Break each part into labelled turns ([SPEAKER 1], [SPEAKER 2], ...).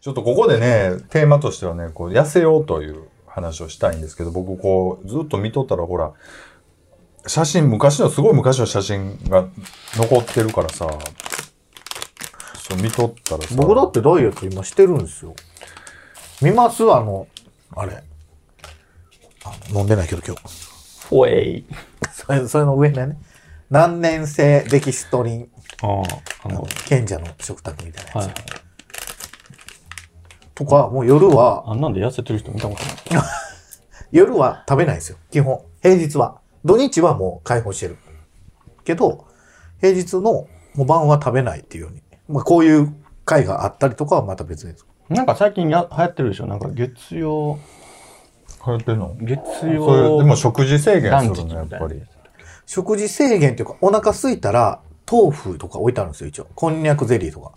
[SPEAKER 1] ちょっとここでね、テーマとしてはね、こう、痩せようという話をしたいんですけど、僕こう、ずっと見とったら、ほら、写真、昔の、すごい昔の写真が残ってるからさ、そう見とったらさ、
[SPEAKER 2] 僕だってダイエット今してるんですよ。見ますあの、あれ。あ飲んでないけど今日。
[SPEAKER 3] おえい。
[SPEAKER 2] それそれの上のね。何年生デキストリン、
[SPEAKER 3] ああ、あ
[SPEAKER 2] あの
[SPEAKER 3] の、
[SPEAKER 2] 賢者の食卓みたいなやつ。
[SPEAKER 3] はい。
[SPEAKER 2] とか、もう夜は、
[SPEAKER 3] あんなんで痩せてる人見たことない。
[SPEAKER 2] 夜は食べないですよ。基本。平日は。土日はもう解放してる。けど、平日のもう晩は食べないっていうように。まあこういう会があったりとかはまた別です。
[SPEAKER 3] なんか最近や流行ってるでしょなんか月曜、
[SPEAKER 1] 流行ってんの
[SPEAKER 3] 月
[SPEAKER 1] それ、で
[SPEAKER 3] 曜。
[SPEAKER 1] も食事制
[SPEAKER 3] ラ
[SPEAKER 1] 限
[SPEAKER 3] ン
[SPEAKER 1] す
[SPEAKER 3] チ
[SPEAKER 1] る
[SPEAKER 3] み
[SPEAKER 1] の、
[SPEAKER 3] た
[SPEAKER 1] やっ
[SPEAKER 3] いな
[SPEAKER 1] ぱり。
[SPEAKER 2] 食事制限というか、お腹空いたら、豆腐とか置いてあるんですよ、一応。こんにゃくゼリーとか。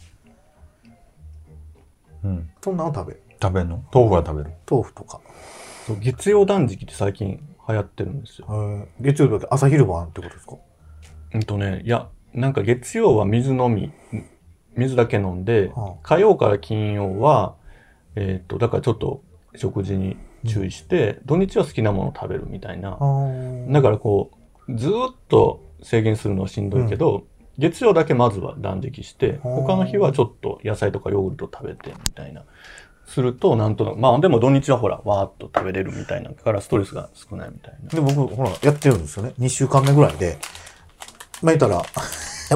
[SPEAKER 1] うん。
[SPEAKER 2] そんなの食べる。
[SPEAKER 1] 食べんの豆腐は食べる。
[SPEAKER 2] 豆腐とか。
[SPEAKER 3] そう月曜断食って最近流行ってるんですよ。
[SPEAKER 2] 月曜日って朝昼晩ってことですか
[SPEAKER 3] うんとね、いや、なんか月曜は水飲み、水だけ飲んで
[SPEAKER 2] はあ、
[SPEAKER 3] 火曜から金曜は、えっ、と、だからちょっと食事に注意して、土日は好きなものを食べるみたいな。
[SPEAKER 2] あ
[SPEAKER 3] だからこう、ずーっと制限するのはしんどいけど、月曜だけまずは断食して、
[SPEAKER 2] ほう
[SPEAKER 3] 他の日はちょっと野菜とかヨーグルト食べてみたいな。すると、なんとなく、まあでも土日はほら、わーっと食べれるみたいなからストレスが少ないみたいな。
[SPEAKER 2] で、僕、ほら、やってるんですよね。2週間目ぐらいで。まあ言ったら、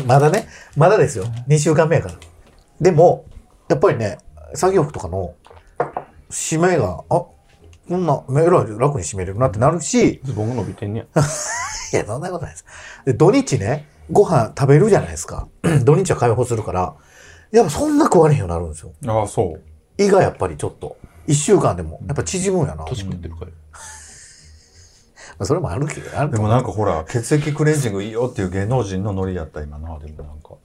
[SPEAKER 2] まだね、まだですよ。2週間目やから。でも、やっぱりね、作業服とかの、締めが、あ、こんな、えらい楽に締めれるなってなるし、
[SPEAKER 3] ズボンが伸びてんねや。
[SPEAKER 2] いや、そんなことないです。で、土日ね、ご飯食べるじゃないですか。 土日は解放するから、やっぱそんな食われへんようになるんですよ。
[SPEAKER 1] ああ、そう。
[SPEAKER 2] 胃がやっぱりちょっと、一週間でも、やっぱ縮むんやな。
[SPEAKER 3] 年食ってるから。
[SPEAKER 2] まあそれもあるけど、ある
[SPEAKER 1] でもなんかほら、血液クレンジングいいよっていう芸能人のノリやった、今な。でもなんか。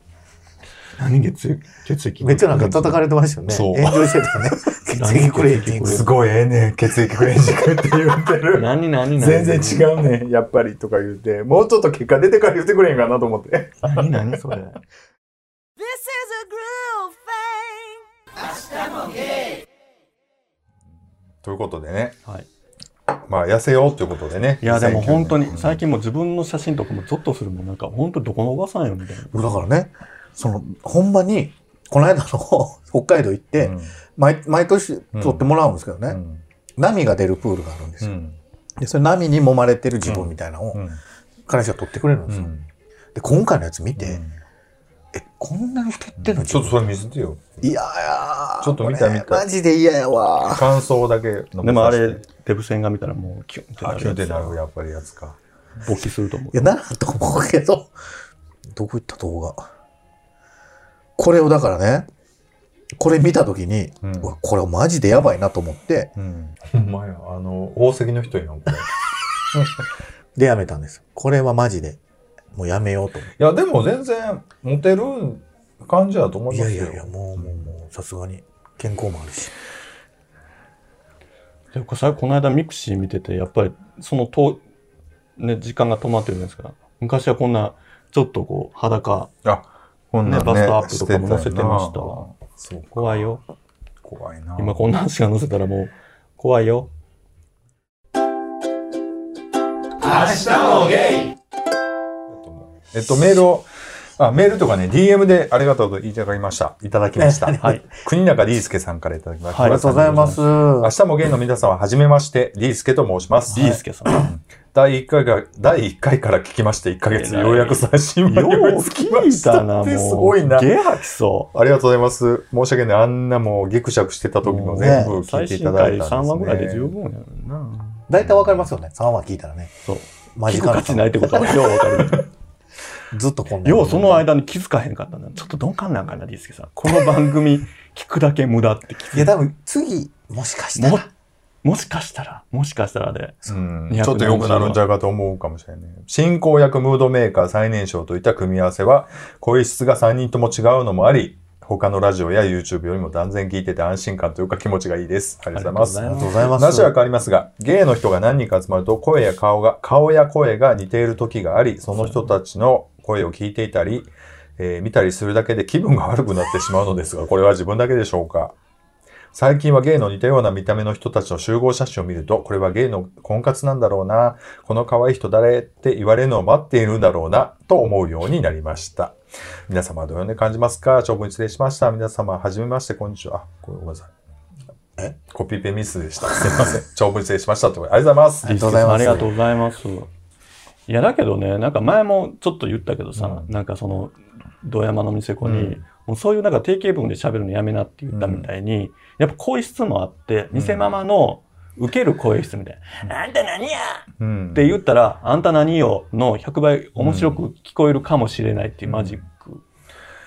[SPEAKER 3] 何月曜血液
[SPEAKER 2] めっちゃなんか叩かれてましたよね。
[SPEAKER 1] そう
[SPEAKER 2] 炎上して たよね。血液クレンジング。
[SPEAKER 1] すごいええねん、血液クレンジングって言ってる。
[SPEAKER 3] 何何何
[SPEAKER 1] 全然違うねん、やっぱりとか言うて、もうちょっと結果出てから言ってくれへんかなと思って。
[SPEAKER 3] 何何それ。
[SPEAKER 4] This is a groove thing.
[SPEAKER 1] ということでね、
[SPEAKER 3] はい。
[SPEAKER 1] まあ痩せようということでね。
[SPEAKER 3] いや、でも本当
[SPEAKER 1] 2009
[SPEAKER 3] に、
[SPEAKER 1] 年
[SPEAKER 3] 最近もう自分の写真とかもゾッとするもん。なんか、本当どこのおばさんよ、みたいな。
[SPEAKER 2] だからね、その、ほんまに、この間の北海道行って、毎毎年撮ってもらうんですけどね、
[SPEAKER 1] うん
[SPEAKER 2] 波が出るプールがあるんです
[SPEAKER 1] う
[SPEAKER 2] よ。
[SPEAKER 1] ん
[SPEAKER 2] で、それ波に揉まれてる自分みたいなのを、
[SPEAKER 1] うん
[SPEAKER 2] 彼氏が撮ってくれるん
[SPEAKER 1] う
[SPEAKER 2] ですよ。
[SPEAKER 1] ん
[SPEAKER 2] で、今回のやつ見て、
[SPEAKER 1] で
[SPEAKER 2] え、こんなに太ってんの
[SPEAKER 1] ちょっとそれ見せてよ。
[SPEAKER 2] いやー
[SPEAKER 1] ちょっと見た見た
[SPEAKER 2] これマジで嫌やわ。
[SPEAKER 1] 感想だけで
[SPEAKER 3] でもあれ、デブ戦が見たらもうキュンってな
[SPEAKER 1] あ、キュンってなる
[SPEAKER 3] る。
[SPEAKER 1] やっぱりやつか。
[SPEAKER 3] 勃起すると思う
[SPEAKER 2] い。や、ならんと思うけど、どこ行った動画。これをだからね、これ見たときに、
[SPEAKER 1] うん
[SPEAKER 2] うわこれマジでやばいなと思って、
[SPEAKER 1] うん。ほんまや、あの、宝石の人やん、これ。い
[SPEAKER 2] でやめたんです。これはマジで、もうやめようと思っ
[SPEAKER 1] や、でも全然、モテる感じだと思
[SPEAKER 2] て。
[SPEAKER 1] い
[SPEAKER 2] い
[SPEAKER 1] ま
[SPEAKER 2] や
[SPEAKER 1] す
[SPEAKER 2] い
[SPEAKER 1] よ。
[SPEAKER 2] やいや、もうもうもう、さすがに健康もあるし。
[SPEAKER 3] でこれさこの間ミクシー見てて、やっぱりそのと、ね、時間が止まってるじゃないですか。昔はこんな、ちょっとこう、裸、
[SPEAKER 1] あ、こん
[SPEAKER 3] ね、
[SPEAKER 1] なん
[SPEAKER 3] バストアップとかも載せてました
[SPEAKER 1] よな
[SPEAKER 3] わ。そう、怖いよ。
[SPEAKER 1] 怖いな。
[SPEAKER 3] 今こんな話が載せたらもう、怖いよ。
[SPEAKER 1] えっと、メールを、あ、メールとかね、DM でありがとうといただきました。いただきました。
[SPEAKER 3] はい。
[SPEAKER 1] 国中 D 介さんからいただきました。
[SPEAKER 3] はい
[SPEAKER 2] ありがとうございます。。
[SPEAKER 1] 明日もゲイの皆さんは、はじめまして、D 介と申します。
[SPEAKER 3] ビースケさん。
[SPEAKER 1] 第1回が、第1回から聞きまして、1ヶ月、
[SPEAKER 3] 偉い
[SPEAKER 1] ようやく最新ま
[SPEAKER 3] よ
[SPEAKER 1] で追
[SPEAKER 3] う
[SPEAKER 1] いつきま
[SPEAKER 3] 聞い
[SPEAKER 1] した
[SPEAKER 3] な、も
[SPEAKER 1] っ
[SPEAKER 3] う。
[SPEAKER 1] てすごいな。
[SPEAKER 3] ゲ吐きそう。
[SPEAKER 1] ありがとうございます。申し訳ない。あんなもうギクシャクしてた時も全部聞い
[SPEAKER 3] 最
[SPEAKER 1] てい
[SPEAKER 3] 新
[SPEAKER 1] ただ
[SPEAKER 3] 回
[SPEAKER 1] いたんです、ね。
[SPEAKER 3] 3話ぐらいで十分やろな。
[SPEAKER 2] 大体わかりますよね。3話聞いたらね。
[SPEAKER 3] そう。
[SPEAKER 2] マ
[SPEAKER 3] 気
[SPEAKER 2] ジ
[SPEAKER 3] づ
[SPEAKER 2] か
[SPEAKER 3] かしないってことはようわかる。
[SPEAKER 2] ずっとこんな。
[SPEAKER 3] ようその。間に気づかへんかったな。ちょっと鈍感なんかな、リースケさん。この番組聞くだけ無駄って気
[SPEAKER 2] い
[SPEAKER 3] づ
[SPEAKER 2] や、
[SPEAKER 3] いた。
[SPEAKER 2] 多分次、もしかした
[SPEAKER 3] も
[SPEAKER 2] ら、、
[SPEAKER 3] もしかしたら、もしかしたらで。
[SPEAKER 1] うん、
[SPEAKER 3] 270
[SPEAKER 1] ちょっと良くなるんちゃうかと思うかもしれない。進行役、ムードメーカー、最年少といった組み合わせは、声質が3人とも違うのもあり、他のラジオや YouTube よりも断然聞いてて安心感というか気持ちがいいです。ありがとうござい
[SPEAKER 3] あり
[SPEAKER 1] ます。
[SPEAKER 2] ありが
[SPEAKER 3] がとうござい
[SPEAKER 2] とうございます。
[SPEAKER 1] 話は変わりますが、ゲイの人が何人か集まると声や顔が、顔や声が似ている時があり、その人たちの声を聞いていたり、えー見たりするだけで気分が悪くなってしまうのですが、これは自分だけでしょうか最近はゲイの似たような見た目の人たちの集合写真を見ると、これはゲイの婚活なんだろうな、この可愛い人誰って言われるのを待っているんだろうな、と思うようになりました。皆様はどのように感じますか長文失礼しました。皆様、はじめまして、こんにちは。あ、ごめんなさい。
[SPEAKER 2] え
[SPEAKER 1] コピペミスでした。すいま せん。長文失礼しましたってことで。ありがとうございます。
[SPEAKER 2] りがとうございます
[SPEAKER 3] ありがとうございます。いや、だけどね、なんか前もちょっと言ったけどさ、なんかその、堂山の店子に、
[SPEAKER 1] うん
[SPEAKER 3] もうそういうなんか定型文で喋るのやめなって言ったみたいに、やっぱ更衣室もあって、店ママの受ける更衣室みたいな、あんた何や
[SPEAKER 1] うん
[SPEAKER 3] って言ったら、あんた何よの100倍面白く聞こえるかもしれないっていうマジック。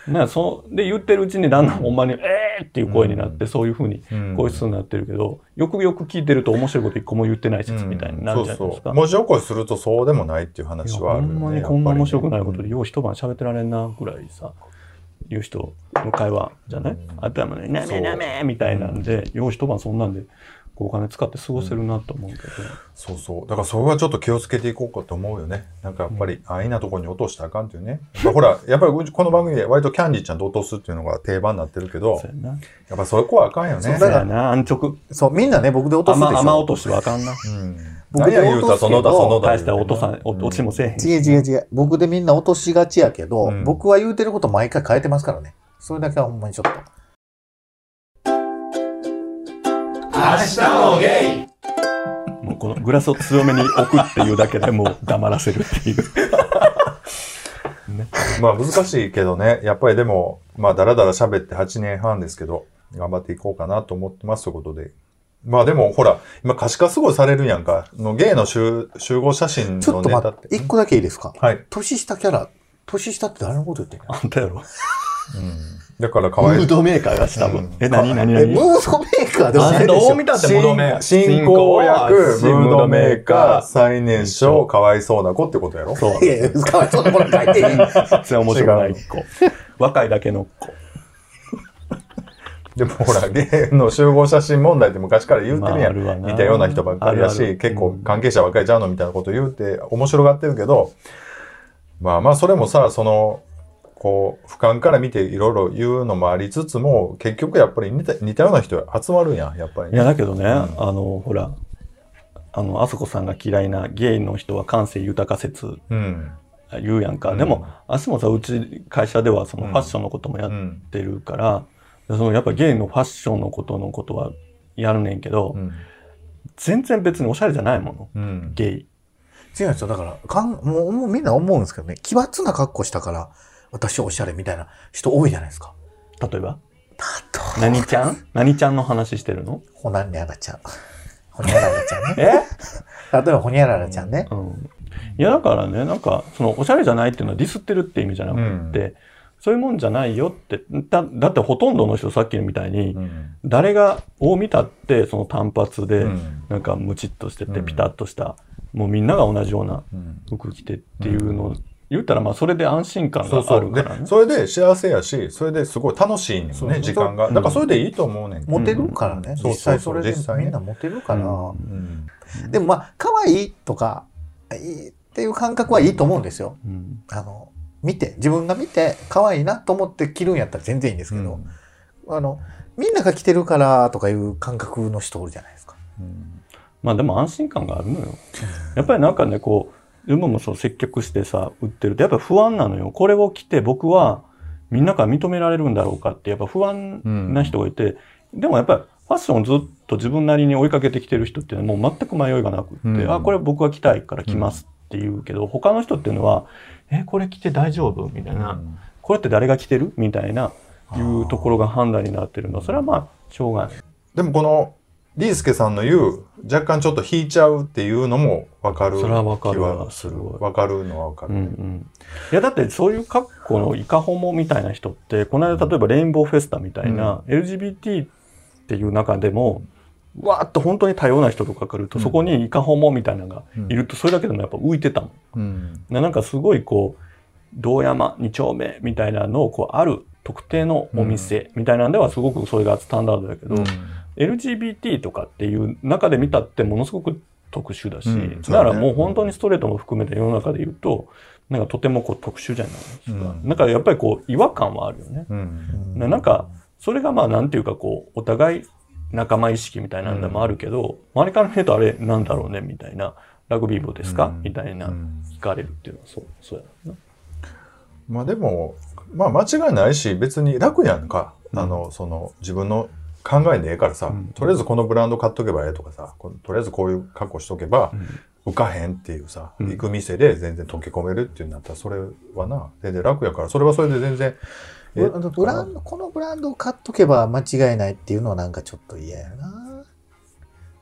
[SPEAKER 3] なんかそう、で言ってるうちにだんだんほんまに、えーっていう声になって、そういうふうに
[SPEAKER 1] うん
[SPEAKER 3] こういう人になってるけど、よくよく聞いてると面白いこと一個も言ってない説みたいになるじゃないですか。
[SPEAKER 1] うんそうそう文字起こしするとそうでもないっていう話はあ
[SPEAKER 3] いや
[SPEAKER 1] る
[SPEAKER 3] ほ
[SPEAKER 1] よね
[SPEAKER 3] んまにこんな面白くないこと
[SPEAKER 1] やっ
[SPEAKER 3] で、よう一晩喋ってられんなぐらいさ、言う人の会話じゃない、
[SPEAKER 1] うん
[SPEAKER 3] あったもね、なめなめみたいなんで、よう一晩そんなんで、こうお金使って過ごせるなと思うけど、
[SPEAKER 1] ぱりねそうそうだからそれはちょっと気をつけていこうかと思うよねなんかやっぱり安易なところに落としたらあかんっていうね、まあほらやっぱりうちこの番組で割とキャンディーちゃんと落とすっていうのが定番になってるけど
[SPEAKER 3] そうやな。
[SPEAKER 1] やっぱそういう子はあかんよね
[SPEAKER 2] だ
[SPEAKER 3] そう
[SPEAKER 2] から
[SPEAKER 3] やな、安直。
[SPEAKER 2] そう、みんなね、僕で落とすでし
[SPEAKER 3] 雨
[SPEAKER 2] ょ。
[SPEAKER 3] 雨落としはあかんな。
[SPEAKER 1] うん、
[SPEAKER 2] 僕
[SPEAKER 1] 何や言うたそのだそのだ
[SPEAKER 3] 大した落とさ、落ちもせえへんし。
[SPEAKER 2] 違う違う違う。僕でみんな落としがちやけど、
[SPEAKER 1] うん
[SPEAKER 2] 僕は言うてること毎回変えてますからね。それだけはほんまにちょっと。
[SPEAKER 3] もうこのグラスを強めに置くっていうだけでもう黙らせるっていう。
[SPEAKER 1] まあ難しいけどねやっぱりでもまあだらだら喋って8年半ですけど頑張っていこうかなと思ってますということでまあでもほら今可視化すごいされるやんかのゲイの集集合写真
[SPEAKER 2] ちょ
[SPEAKER 1] の
[SPEAKER 2] っと
[SPEAKER 1] ネ
[SPEAKER 2] 待
[SPEAKER 1] タ
[SPEAKER 2] っ
[SPEAKER 1] って
[SPEAKER 2] て、一個だけいいですか
[SPEAKER 1] はい
[SPEAKER 2] 年下キャラ、年下って誰のこと言ってんの
[SPEAKER 3] あんたやろ。
[SPEAKER 1] だから可
[SPEAKER 3] ム
[SPEAKER 1] 愛い
[SPEAKER 3] ー。ドメーカーがしたぶん。え、なになにな
[SPEAKER 2] え、
[SPEAKER 3] に
[SPEAKER 2] ムードメーカーでも
[SPEAKER 3] あ
[SPEAKER 2] ない
[SPEAKER 3] ん
[SPEAKER 2] で
[SPEAKER 3] た
[SPEAKER 2] し
[SPEAKER 3] ど
[SPEAKER 2] ょ
[SPEAKER 3] う見たってムードメーカ
[SPEAKER 1] 進
[SPEAKER 3] ー。
[SPEAKER 1] 進行役、ムードメーカー、最年少、かわいそうな子ってことやろ
[SPEAKER 3] そう。
[SPEAKER 2] いやいや、かわいそうなこと書いていい。
[SPEAKER 3] 全然面白くない子。若いだけの子。
[SPEAKER 1] でもほら、ゲイの集合写真問題って昔から言うてる
[SPEAKER 3] まあ
[SPEAKER 1] や
[SPEAKER 3] あるわ
[SPEAKER 1] ん。
[SPEAKER 3] な
[SPEAKER 1] 似たような人ばっかりだ
[SPEAKER 3] あるあ
[SPEAKER 1] し、
[SPEAKER 3] る
[SPEAKER 1] 結構関係者ばっかりちゃうのみたいなこと言うて面白がってるけど、まあまあそれもさ、その、こう、俯瞰から見ていろいろ言うのもありつつも、結局やっぱり似た似たような人集まるやん、やっぱり
[SPEAKER 3] い
[SPEAKER 1] ね。
[SPEAKER 3] や、だけどね、あの、ほら、あの、あそこさんが嫌いなゲイの人は感性豊か説
[SPEAKER 1] うん。
[SPEAKER 3] 言うやんか。
[SPEAKER 1] うん
[SPEAKER 3] でも、あすもさ、うち会社ではその
[SPEAKER 1] うん
[SPEAKER 3] ファッションのこともやっ
[SPEAKER 1] うん。
[SPEAKER 3] てるから、そのやっぱゲイのファッションのことのことはやるねんけど、
[SPEAKER 1] うん。
[SPEAKER 3] 全然別におしゃれじゃないもの。
[SPEAKER 1] うん。
[SPEAKER 3] ゲイ。
[SPEAKER 2] 違うんですよ。だから、かんもうもうみんな思うんですけどね、奇抜な格好したから、私おしゃれみたいな人多いじゃないですか。
[SPEAKER 3] 例えば
[SPEAKER 2] と
[SPEAKER 3] 何ち ゃん何ちゃんの話してるの
[SPEAKER 2] ほなにゃらちゃん。ほにゃららちゃ んね。
[SPEAKER 3] え
[SPEAKER 2] 例えば、ほにゃららちゃんね。
[SPEAKER 3] うんいやだからねなんかそのおしゃれじゃないっていうのはディスってるって意味じゃなくて、そういうもんじゃないよってだだってほとんどの人さっきみたいに、
[SPEAKER 1] うん。
[SPEAKER 3] 誰がを見たってその単発で、
[SPEAKER 1] うん
[SPEAKER 3] なんかムチっとしてて
[SPEAKER 1] うん
[SPEAKER 3] ピタッとした、もうみんなが同じような
[SPEAKER 1] うん
[SPEAKER 3] 服着てっていうのを、言ったらまあそれで安心感が
[SPEAKER 1] そうそ
[SPEAKER 3] ある
[SPEAKER 1] う。
[SPEAKER 3] か
[SPEAKER 1] で
[SPEAKER 3] ら、ね。
[SPEAKER 1] それで幸せやし、それですごい楽しいんよ
[SPEAKER 2] そうそ
[SPEAKER 1] ね、
[SPEAKER 2] う
[SPEAKER 1] 時間が。
[SPEAKER 3] うん
[SPEAKER 1] だからそれでいいと思うねん。
[SPEAKER 2] モテるからね。
[SPEAKER 1] うん
[SPEAKER 2] 実際それで
[SPEAKER 1] そうそうそう実際ね
[SPEAKER 2] みんなモテるから。
[SPEAKER 3] う
[SPEAKER 1] うん
[SPEAKER 2] でもまあ、可愛いとか、いいっていう感覚はいいと思うんですよ。
[SPEAKER 3] うん
[SPEAKER 2] あの、見て、自分が見て、可愛いなと思って着るんやったら全然いいんですけど、あの、みんなが着てるからとかいう感覚の人おるじゃないですか。
[SPEAKER 1] うん
[SPEAKER 3] まあでも安心感があるのよ。やっぱりなんかね、こう、自分もそう接客してさ、売ってると、やっぱ不安なのよ。これを着て僕はみんなから認められるんだろうかって、やっぱ不安な人がいて、でもやっぱりファッションをずっと自分なりに追いかけてきてる人っていうのはもう全く迷いがなくって、
[SPEAKER 1] うん
[SPEAKER 3] あ、これ僕は着たいから着ますって言うけど、他の人っていうのは、え、これ着て大丈夫みたいな、これって誰が着てるみたいな、いうところが判断になってるのは、それはまあ、しょうがない。
[SPEAKER 1] でもこの、リースケさんの言う、若干ちょっと引いちゃうっていうのも分かる
[SPEAKER 3] それは分かるわ
[SPEAKER 1] 気はする。
[SPEAKER 3] すごい
[SPEAKER 1] 分かるのは分か
[SPEAKER 3] う
[SPEAKER 1] る。
[SPEAKER 3] んうん、いやだってそういう格好のイカホモみたいな人ってこの間例えばレインボーフェスタみたいな LGBT っていう中でも、わーっと本当に多様な人とか来ると、
[SPEAKER 1] うん
[SPEAKER 3] そこにイカホモみたいなのがいるとそれだけでもやっぱ浮いてたもん。
[SPEAKER 1] うん
[SPEAKER 3] ななんかすごいこう堂山二丁目みたいなのをこうある特定のお店みたいなんではすごくそれがスタンダードだけど、
[SPEAKER 1] うん
[SPEAKER 3] LGBT とかっていう中で見たってものすごく特殊だし、
[SPEAKER 1] うん
[SPEAKER 3] だか
[SPEAKER 1] そ
[SPEAKER 3] ら
[SPEAKER 1] うだね
[SPEAKER 3] もう本当にストレートも含めて世の中で言うと、なんかとてもこう特殊じゃないですか。
[SPEAKER 1] うん
[SPEAKER 3] だからやっぱりこう違和感はあるよね。
[SPEAKER 1] うん
[SPEAKER 3] ななんか、それがまあなんていうかこう、お互い仲間意識みたいなのもあるけど、周りから見るとあれなんだろうねみたいな、ラグビー部ですか、
[SPEAKER 1] うん
[SPEAKER 3] みたいな、
[SPEAKER 1] うん
[SPEAKER 3] 聞かれるっていうのはそう、そうやな。
[SPEAKER 1] まあでも、まあ間違いないし、別に楽やんか。あの、その、自分の考えでええからさ、
[SPEAKER 3] うん
[SPEAKER 1] とりあえずこのブランド買っとけばええとかさ、こうとりあえずこういう格好しとけば、受かへんっていうさ、
[SPEAKER 3] うん
[SPEAKER 1] 行く店で全然溶け込めるっていうんだったら、それはな、全然楽やから、それはそれで全然、ええ
[SPEAKER 2] ブランドこのブランドを買っとけば間違いないっていうのはなんかちょっと嫌やな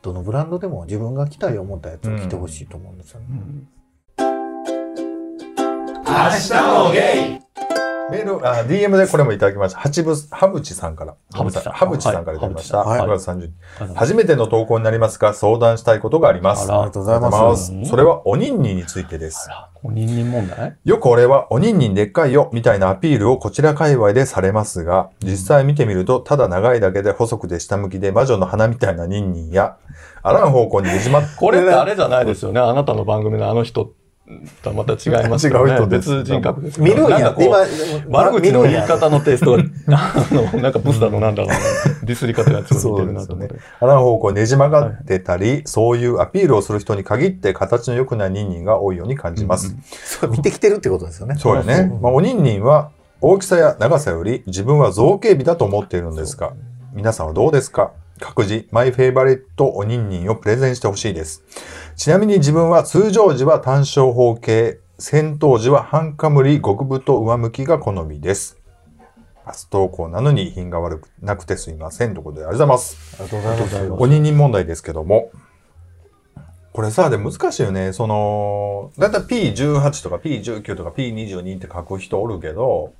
[SPEAKER 2] どのブランドでも自分が着たい思ったやつを着てほしいと思うんですよね、
[SPEAKER 1] メール、あ、DM でこれもいただきました。はちぶ、はぶちさんから。
[SPEAKER 3] はぶちさん
[SPEAKER 1] はぶちさんからいただきました。
[SPEAKER 2] はい
[SPEAKER 1] 5月30日。
[SPEAKER 3] あの
[SPEAKER 1] 初めての投稿になりますが、相談したいことがあります。
[SPEAKER 3] あら
[SPEAKER 2] ありがとうございます
[SPEAKER 1] ますそれはおにんにんについてです
[SPEAKER 3] あ。ら、こう人間問題
[SPEAKER 1] よく俺はおにんにんでっかいよみたいなアピールをこちら界隈でされますが、実際見てみるとただ長いだけで細くて下向きで魔女の花みたいなニンニンや、あらん方向にねじまっ
[SPEAKER 3] これってあれじゃないですよ ね。あなたの番組のあの人とはまた違いますよ
[SPEAKER 1] 違
[SPEAKER 3] ね。
[SPEAKER 1] う人です
[SPEAKER 3] 別人格ですよ
[SPEAKER 2] 見
[SPEAKER 3] ね。
[SPEAKER 2] るん
[SPEAKER 3] な
[SPEAKER 2] や
[SPEAKER 3] んかこう
[SPEAKER 2] 今
[SPEAKER 3] 悪口
[SPEAKER 2] 見る
[SPEAKER 3] の
[SPEAKER 2] ん
[SPEAKER 3] 言い
[SPEAKER 2] や
[SPEAKER 3] 方のテイスト が、あの、なんかブスだのなんだろうな、ディスり方がちょっと似てるなと思って。
[SPEAKER 1] あらん方向にねじ曲がってたり、そういうアピールをする人に限って形の良くないニンニンが多いように感じます。
[SPEAKER 2] そう見てきてるってことですよね
[SPEAKER 1] そうやね。まあ、おにんにんは大きさや長さより自分は造形美だと思っているのですが、皆さんはどうですか各自、マイフェイバリットおにんにんをプレゼンしてほしいです。ちなみに自分は通常時は単小方形、戦闘時は半カムリ、極太上向きが好みです。初投稿なのに品が悪くなくてすいません。ということでありがとうございます。
[SPEAKER 2] ありがとうございます
[SPEAKER 1] おにんにん問題ですけども。これさ、でも難しいよね。その、だいたい P18 とか P19 とか P22 って書く人おるけど、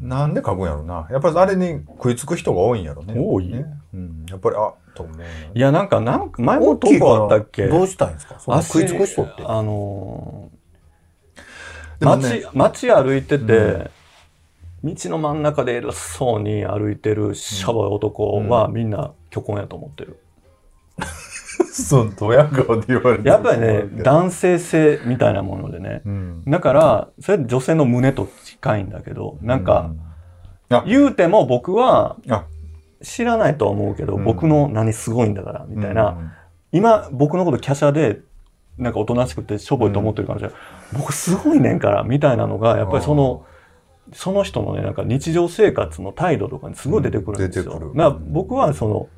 [SPEAKER 1] なんで書くんやろな。やっぱりあれに食いつく人が多いんやろね。
[SPEAKER 3] 多い
[SPEAKER 1] ねうん。やっぱり、あ、と思うな。
[SPEAKER 3] いや、なんか、なんか前も
[SPEAKER 2] 大
[SPEAKER 3] 投
[SPEAKER 2] きいか
[SPEAKER 3] 稿あった
[SPEAKER 2] ら
[SPEAKER 3] っけ
[SPEAKER 2] どうしたいんですかその食いつく人って
[SPEAKER 3] 足あのー
[SPEAKER 1] でもね
[SPEAKER 3] 街、街歩いてて、道の真ん中で偉そうに歩いてるシャバい男はみんな虚婚やと思ってる。
[SPEAKER 1] その、ドヤ顔で言われてる
[SPEAKER 3] やっぱりね、男性性みたいなものでね。
[SPEAKER 1] うん。
[SPEAKER 3] だから、それ女性の胸と近いんだけど、なんか、
[SPEAKER 1] あ
[SPEAKER 3] 言うても僕は
[SPEAKER 1] あ
[SPEAKER 3] 知らないとは思うけど、
[SPEAKER 1] うん
[SPEAKER 3] 僕の何すごいんだから、
[SPEAKER 1] うん、
[SPEAKER 3] みたいな。今、僕のこと華奢で、なんかおとなしくてしょぼいと思ってるかもしれない。僕すごいねんから、みたいなのが、やっぱりその、その人のね、なんか日常生活の態度とかにすごい出てくるんですよ。
[SPEAKER 1] うん出てくる
[SPEAKER 3] だから僕はその、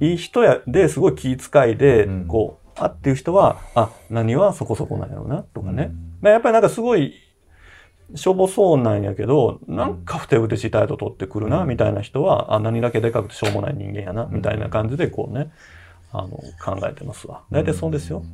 [SPEAKER 3] いい人やで、すごい気遣いで、
[SPEAKER 1] うん
[SPEAKER 3] こう、あっていう人は、あ、何はそこそこなんやろうな、とかね。
[SPEAKER 1] うん
[SPEAKER 3] だからやっぱりなんかすごい、しょぼそうなんやけど、なんかふてぶてしい態度取ってくるな、みたいな人は、あ、何だけでかくてしょうもない人間やな、みたいな感じで、こうね、あの、考えてますわ。大体そうですよ。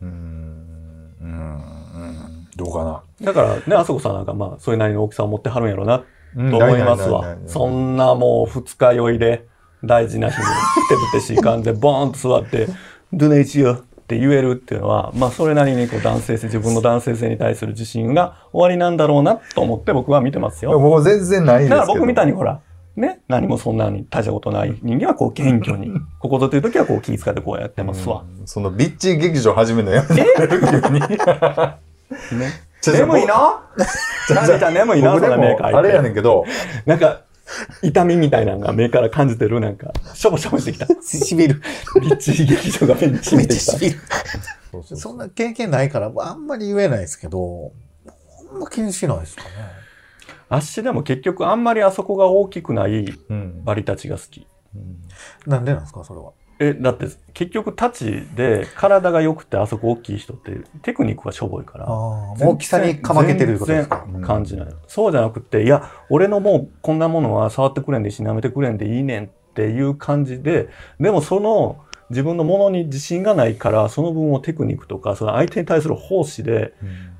[SPEAKER 1] うん。うん。うん。どうかな。
[SPEAKER 3] だからね、あそこさんなんかまあ、それなりの大きさを持ってはるんやろうな、
[SPEAKER 1] うん
[SPEAKER 3] と思います
[SPEAKER 1] ないないない
[SPEAKER 3] わ
[SPEAKER 1] な。い
[SPEAKER 3] そんなもう、二日酔いで、大事な日に、ふてぶてしい感じ で、ボーンと座って、ドゥネイチよって言えるっていうのは、まあ、それなりにこう、男性性、自分の男性性に対する自信が終わりなんだろうな、と思って僕は見てますよ。
[SPEAKER 1] 僕全然ないですけど。
[SPEAKER 3] だから僕みたいにほら、ね、何もそんなに大したことない人間はこう謙虚 に、ここぞという時はこう気遣ってこうやってますわ。
[SPEAKER 1] そのビッチ劇場始めるのやめてる急に。ちょ
[SPEAKER 3] 眠いな なみちゃん眠いな
[SPEAKER 1] 僕
[SPEAKER 3] そ
[SPEAKER 1] で
[SPEAKER 3] の目
[SPEAKER 1] も
[SPEAKER 3] から
[SPEAKER 1] あれやねんけど、
[SPEAKER 3] なんか、痛みみたいなのが目から感じてる、なんか、しょぼしょぼ してきた。
[SPEAKER 2] しびる
[SPEAKER 3] ビッチ劇場が目にし
[SPEAKER 2] めっ
[SPEAKER 3] み
[SPEAKER 2] ち
[SPEAKER 3] て
[SPEAKER 2] ゃし。び
[SPEAKER 3] きた
[SPEAKER 2] る
[SPEAKER 1] そうそう
[SPEAKER 2] そんな経験ないからあんまり言えないですけどあんま気にしないですかね
[SPEAKER 3] 足でも結局あんまりあそこが大きくない
[SPEAKER 1] うん
[SPEAKER 3] バリたちが好き。
[SPEAKER 2] なんでなんですかそれは
[SPEAKER 3] え、だって結局タチで体が良くてあそこ大きい人ってテクニックがしょぼいから。
[SPEAKER 2] あー大きさにかまけてるいうことですか
[SPEAKER 3] 全然感じない。そうじゃなくて、いや、俺のもうこんなものは触ってくれんでいいし、舐めてくれんでいいねんっていう感じで、でもその自分のものに自信がないから、その分をテクニックとか、その相手に対する奉仕で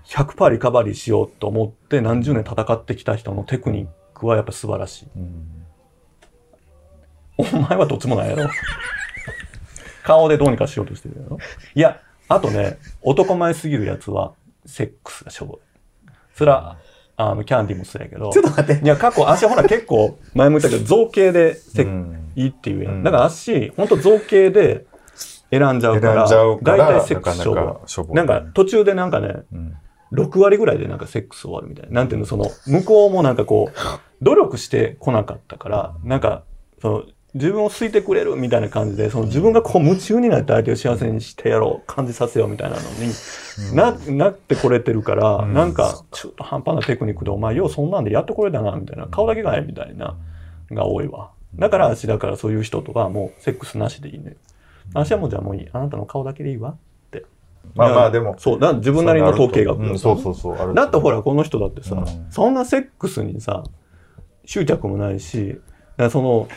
[SPEAKER 3] 100%リカバリーしようと思って何十年戦ってきた人のテクニックはやっぱ素晴らしい。
[SPEAKER 1] うん
[SPEAKER 3] お前はどっちもないやろ。顔でどうにかしようとしてるやろ。いや、あとね、男前すぎるやつは、セックスがしょぼい。それは、あの、キャンディーもそうやけど。
[SPEAKER 2] ちょっと待って
[SPEAKER 3] いや、過去、足ほら 結構、前も言ったけど、造形でセッ、
[SPEAKER 1] うん
[SPEAKER 3] いいっていうや
[SPEAKER 1] うん
[SPEAKER 3] ん。だから足、ほんと造形で選んじゃうか
[SPEAKER 1] 選ん
[SPEAKER 3] ら、
[SPEAKER 1] じゃうから
[SPEAKER 3] 大体セックスしょぼい
[SPEAKER 1] なかなかしょぼい
[SPEAKER 3] なんか途中でなんかね、
[SPEAKER 1] うん
[SPEAKER 3] 6割ぐらいでなんかセックス終わるみたいな。なんてい うの、その、向こうもなんかこう、努力してこなかったから、なんか、その、自分を好いてくれるみたいな感じで、その自分がこう夢中になって相手を幸せにしてやろう、感じさせようみたいなのに、な、なってこれてるから、
[SPEAKER 1] うん
[SPEAKER 3] なんか、中途半端なテクニックで、お前ようそんなんでやってこれだな、みたいな、顔だけがええみたいな、が多いわ。だから、私だからそういう人とかはもうセックスなしでいいね。私はもうじゃあもういい。あなたの顔だけでいいわ。
[SPEAKER 1] まあま
[SPEAKER 3] だか
[SPEAKER 1] あ
[SPEAKER 3] ら
[SPEAKER 1] でも
[SPEAKER 3] そう、だから自分なりの統計学。
[SPEAKER 1] うんそうそうそうある
[SPEAKER 3] だってほら、この人だってさ、
[SPEAKER 1] うん
[SPEAKER 3] そんなセックスにさ、執着もないし、だからその、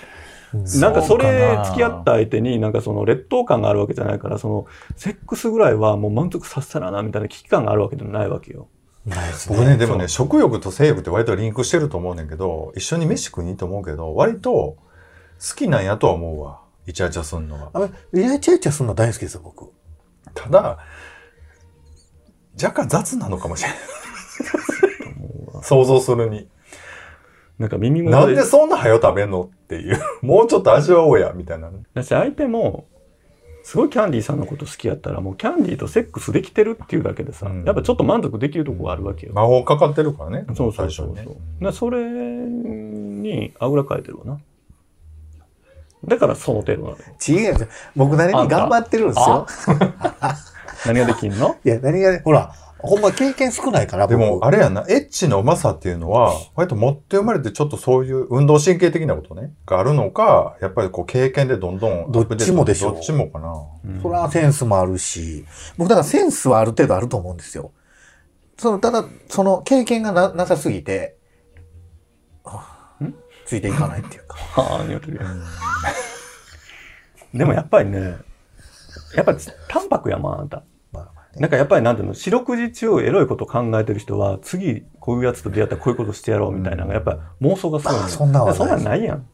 [SPEAKER 3] なんかそれ付き合った相手になんかその劣等感があるわけじゃないから、そのセックスぐらいはもう満足させたらなみたいな危機感があるわけでもないわけよ。
[SPEAKER 2] ないです
[SPEAKER 1] 僕ね、
[SPEAKER 2] ね。
[SPEAKER 1] でもね、食欲と性欲って割とリンクしてると思うねんけど、一緒に飯食いに行くと思うけど、割と好きなんやとは思うわ。イチャイチャすんの
[SPEAKER 2] あ
[SPEAKER 1] が。
[SPEAKER 2] の、イライチャイチャするの大好きですよ、僕。
[SPEAKER 1] ただ、若干雑なのかもしれない。想像するに。
[SPEAKER 3] なんか耳
[SPEAKER 1] な
[SPEAKER 3] 元
[SPEAKER 1] んでそんな早食べんのっていう。 もうちょっと味わおうや、みたいなね。
[SPEAKER 3] だし相手も、すごいキャンディーさんのこと好きやったら、もうキャンディーとセックスできてるっていうだけでさ、
[SPEAKER 1] うん
[SPEAKER 3] やっぱちょっと満足できるとこがあるわけよ。
[SPEAKER 1] 魔法かかってるからね。
[SPEAKER 3] そうそうそうそう。
[SPEAKER 1] 最
[SPEAKER 3] だ
[SPEAKER 1] 初
[SPEAKER 3] か
[SPEAKER 1] にね
[SPEAKER 3] らそれにあぐらかいてるわな。だからその程度なのよ。
[SPEAKER 2] 違う僕なりに頑張ってるんですよ。
[SPEAKER 3] 何ができんの
[SPEAKER 2] いや、何がね、ほら、ほんま経験少ないから、
[SPEAKER 1] でも、
[SPEAKER 2] 僕
[SPEAKER 1] あれやな、エッチのうまさっていうのは、割と持って生まれてちょっとそういう運動神経的なことね、があるのか、やっぱりこう経験でどんどんアップデート
[SPEAKER 2] どっちもでしょう
[SPEAKER 1] どっちもかな。
[SPEAKER 3] うん
[SPEAKER 2] それはセンスもあるし、僕だからセンスはある程度あると思うんですよ。その、ただ、その経験がななさすぎて、ついていかないっていうか。
[SPEAKER 3] はあ、匂ってるやん。でもやっぱりね、やっぱ淡白やもん、あなた。
[SPEAKER 2] まあまあね
[SPEAKER 3] なんかやっぱりなんていうの、四六時中エロいこと考えてる人は、次こういうやつと出会ったらこういうことしてやろうみたいなのが、やっぱ妄想がすごいのよ。
[SPEAKER 2] あそんなんはない
[SPEAKER 3] そんなんないやん。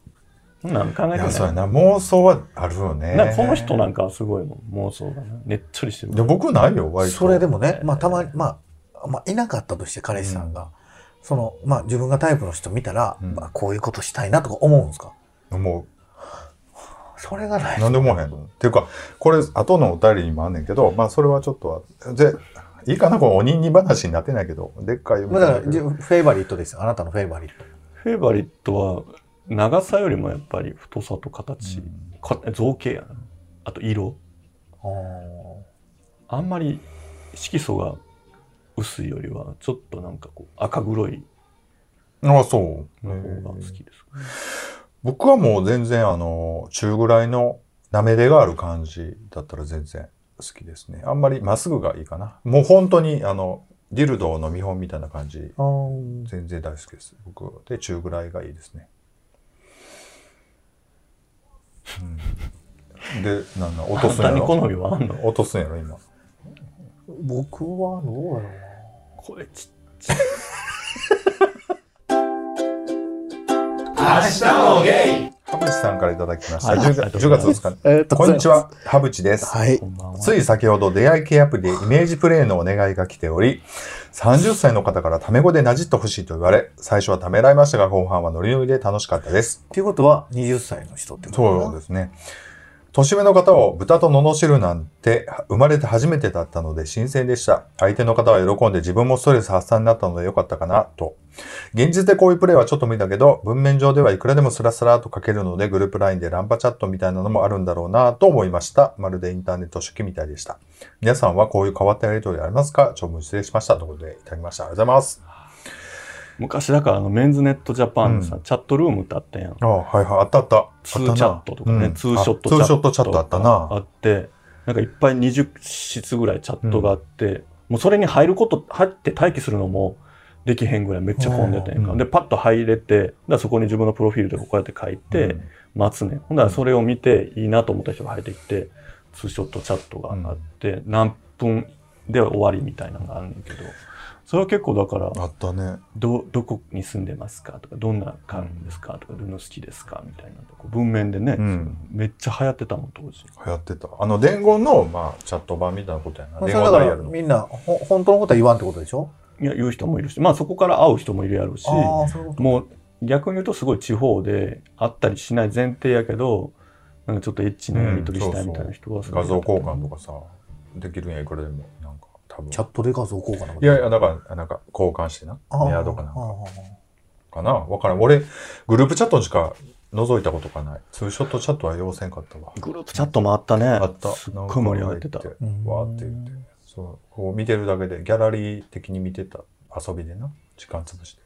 [SPEAKER 3] そんなん考
[SPEAKER 1] い
[SPEAKER 3] えて
[SPEAKER 1] や、そう
[SPEAKER 3] な
[SPEAKER 1] や
[SPEAKER 3] い。
[SPEAKER 1] な、妄想はあるよね。
[SPEAKER 3] なんかこの人なんかはすごいもん、妄想がな。ねっちょりして
[SPEAKER 1] で
[SPEAKER 3] る。
[SPEAKER 1] 僕ないよ、割と。
[SPEAKER 2] それでもね、まあたまに、まあ、まあいなかったとして彼氏さんが、その、まあ自分がタイプの人見たら、
[SPEAKER 1] うん
[SPEAKER 2] まあこういうことしたいなとか思うんですか
[SPEAKER 1] も
[SPEAKER 2] それがな
[SPEAKER 1] う、
[SPEAKER 2] い。
[SPEAKER 1] なんでもへんのっていうか、これ、後のお便りにもあんねんけど、まあ、それはちょっとは、で、いいかな、このお人に話になってないけど、でっかい夢
[SPEAKER 2] まあ
[SPEAKER 1] だ
[SPEAKER 2] だ
[SPEAKER 1] け
[SPEAKER 2] から、
[SPEAKER 1] ど
[SPEAKER 2] じフェイバリットですよ。あなたのフェイバリット。
[SPEAKER 3] フェイバリットは、長さよりもやっぱり太さと形、か造形やな。あと色。
[SPEAKER 2] あー
[SPEAKER 3] あんまり色素が薄いよりはちょっとなんかこう赤黒い
[SPEAKER 1] ああ、そう。
[SPEAKER 3] の方が好きです、
[SPEAKER 1] 僕はもう全然あの中ぐらいのなめれがある感じだったら全然好きですねあんまりまっすぐがいいかなもう本当にあのディルドの見本みたいな感じ
[SPEAKER 2] あー
[SPEAKER 1] 全然大好きです僕で中ぐらいがいいですね、うん、でなんなん落と
[SPEAKER 3] 簡
[SPEAKER 1] すんや
[SPEAKER 3] 単に好
[SPEAKER 1] ろ
[SPEAKER 3] みはあんの
[SPEAKER 1] 落とすんやろ今
[SPEAKER 2] 僕はどうやろうな
[SPEAKER 3] これち
[SPEAKER 1] ハブチさんからいただきました、
[SPEAKER 3] はい
[SPEAKER 1] 10
[SPEAKER 3] ありがと
[SPEAKER 1] 月
[SPEAKER 3] う
[SPEAKER 1] 10
[SPEAKER 3] ござ
[SPEAKER 1] 月で
[SPEAKER 3] います
[SPEAKER 1] かね
[SPEAKER 2] ありがとう
[SPEAKER 1] こ
[SPEAKER 2] ご
[SPEAKER 1] ん
[SPEAKER 2] ざい
[SPEAKER 1] に
[SPEAKER 2] ます
[SPEAKER 1] ちはハブチです
[SPEAKER 2] はい
[SPEAKER 3] こ。んばんは
[SPEAKER 1] つい先ほど出会い系アプリでイメージプレイのお願いが来ており、30歳の方からタメ語でなじってほしいと言われ、最初はためらいましたが、後半はノリノリで楽しかったです。
[SPEAKER 2] っていうことは、20歳の人ってことかな
[SPEAKER 1] そうですね。年上の方を豚と罵るなんて生まれて初めてだったので新鮮でした。相手の方は喜んで自分もストレス発散になったので良かったかなと。現実でこういうプレイはちょっと無理だけど、文面上ではいくらでもスラスラと書けるのでグループ LINE でランパチャットみたいなのもあるんだろうなと思いました。まるでインターネット初期みたいでした。皆さんはこういう変わったやりとりありますか長文失礼しました。ということでいただきました。ありがとうございます。
[SPEAKER 3] 昔だからあのメンズネットジャパンのさ、チャットルームってあったやん
[SPEAKER 1] あはいはい。あったあった。
[SPEAKER 3] ツーチャットとかね、ツーショッ
[SPEAKER 1] チャット。
[SPEAKER 3] ト
[SPEAKER 1] ツーショットチャットあったな。
[SPEAKER 3] あってなんかいっぱい20室ぐらいチャットがあって、もうそれに入ること入って待機するのもできへんぐらいめっちゃ混んでたやんか、
[SPEAKER 1] うん
[SPEAKER 3] でパッと入れてだからそこに自分のプロフィールとかこうやって書いて、待つねん。ほんならそれを見ていいなと思った人が入ってきて、ツーショットチャットがあって、何分で終わりみたいなのがあるんだけど、それは結構だから、
[SPEAKER 1] あったね。
[SPEAKER 3] ど、どこに住んでますかとか、どんな感ですかとか、どんな好きですかみたいなのこう文面でね、
[SPEAKER 1] うん
[SPEAKER 3] めっちゃ流行ってたもん、当時。
[SPEAKER 1] 流行ってた。あの、伝言の、まあ、チャット版みたいなことやな。
[SPEAKER 2] まあ、
[SPEAKER 1] 伝
[SPEAKER 2] それ
[SPEAKER 1] 言
[SPEAKER 2] だか
[SPEAKER 1] ダイヤ
[SPEAKER 2] ら
[SPEAKER 1] ルの。
[SPEAKER 2] みんなほ本当のことは言わんってことでしょ
[SPEAKER 3] いや、言う人もいるし、まあそこから会う人もいるやろうし、
[SPEAKER 2] ああ、そういうこと。
[SPEAKER 3] もう逆に言うとすごい地方で会ったりしない前提やけど、なんかちょっとエッチなやり取りしたいみたいな人はすごい
[SPEAKER 1] 画像交換とかさ、できるんや、いくらでも。なんか、多分。
[SPEAKER 2] チャットで画像交換のこと
[SPEAKER 1] いやいや、だから、なんか、交換してな。
[SPEAKER 2] ああ
[SPEAKER 1] メアドかなん
[SPEAKER 2] ああ
[SPEAKER 1] か。かなわからん。俺、グループチャットしか覗いたことがない。ツーショットチャットは要せんかったわ。
[SPEAKER 3] グループチャットもあったね。
[SPEAKER 1] あった。
[SPEAKER 3] すっごい盛り上がってた。
[SPEAKER 1] なんかこうわーって言って。そう。こう見てるだけで、ギャラリー的に見てた。遊びでな。時間潰して。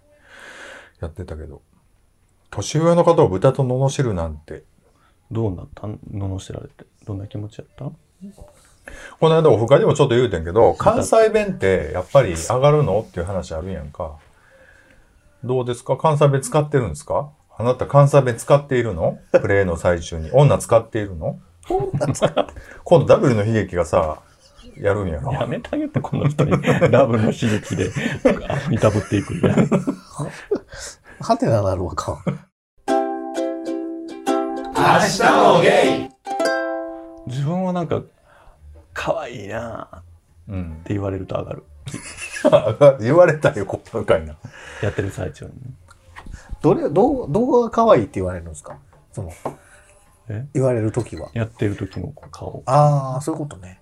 [SPEAKER 1] やってたけど。年上の方を豚と罵るなんて。
[SPEAKER 3] どうなったん罵られて。どんな気持ちやった
[SPEAKER 1] この間オフ会でもちょっと言うてんけ ど、関西弁ってやっぱり上がるのっていう話あるやんか。どうですか関西弁使ってるんですかあなた関西弁使っているのプレイの最中に。女使っているの今度 W の悲劇がさ、やるんやろ。
[SPEAKER 3] やめてあげて、この人に。 ラブの悲劇で、あいたぶっていく。
[SPEAKER 2] はてななるわか。
[SPEAKER 3] 自分はなんか、可愛いなぁっ
[SPEAKER 1] うん。
[SPEAKER 3] て言われると上がる。
[SPEAKER 1] 言われたよ、こっかいな。
[SPEAKER 3] やってる最中にね。
[SPEAKER 2] どれ、どう、どこが可愛いって言われるんですかその
[SPEAKER 3] え、
[SPEAKER 2] 言われるときは。
[SPEAKER 3] やってる時の顔。
[SPEAKER 2] ああ、そういうことね。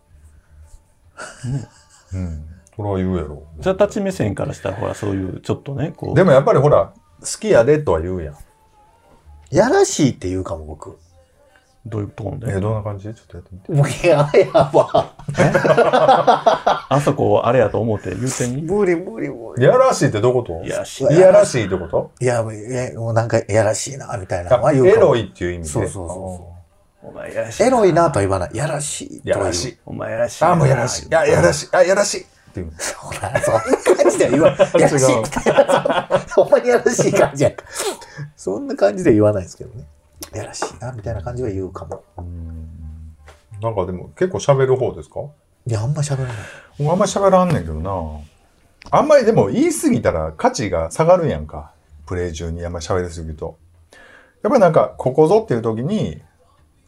[SPEAKER 1] うん。これは言うやろ。
[SPEAKER 3] じゃあ、立ち目線からしたら、ほら、そういう、ちょっとね、こう。
[SPEAKER 1] でもやっぱりほら、好きやでとは言うやん。
[SPEAKER 2] やらしいって言うかも、僕。
[SPEAKER 3] どういうトーン
[SPEAKER 1] え、
[SPEAKER 3] で。
[SPEAKER 1] どんな感じちょっとやってみて。
[SPEAKER 2] もういや、やば。
[SPEAKER 3] あそこをあれやと思って言うて み。
[SPEAKER 2] 無理無理無理。
[SPEAKER 1] やらしいってどういうこ
[SPEAKER 3] い
[SPEAKER 1] と
[SPEAKER 3] や、し
[SPEAKER 2] うわ
[SPEAKER 1] いやらしいってこと
[SPEAKER 2] いや、もうえもうなんか、やらしいな、みたいなの
[SPEAKER 1] あ
[SPEAKER 2] は
[SPEAKER 1] エ
[SPEAKER 2] 言うかも
[SPEAKER 1] ロいっていう意味で。
[SPEAKER 2] そうそうそ
[SPEAKER 3] お前やらしい。
[SPEAKER 2] エロいなとは言わない。やらしいとは言う。
[SPEAKER 1] やらしい。
[SPEAKER 3] お前やらしい。
[SPEAKER 1] あ、もうやらしい。いや、やらしい。あ、やらしい。っていう。
[SPEAKER 2] ほら、そんな感じでは言わない。 やらしいみたいな。ほんまにやらしい感じやんか。そんな感じで言わないですけどね。やらしいな、みたいな感じは言うかも。
[SPEAKER 1] なんかでも結構喋る方ですか
[SPEAKER 2] いや、あんま喋らない。
[SPEAKER 1] 僕あんまり喋らんねんけどな。あんまりでも言い過ぎたら価値が下がるやんか。プレイ中にあんまり喋りすぎると。やっぱりなんか、ここぞっていう時に、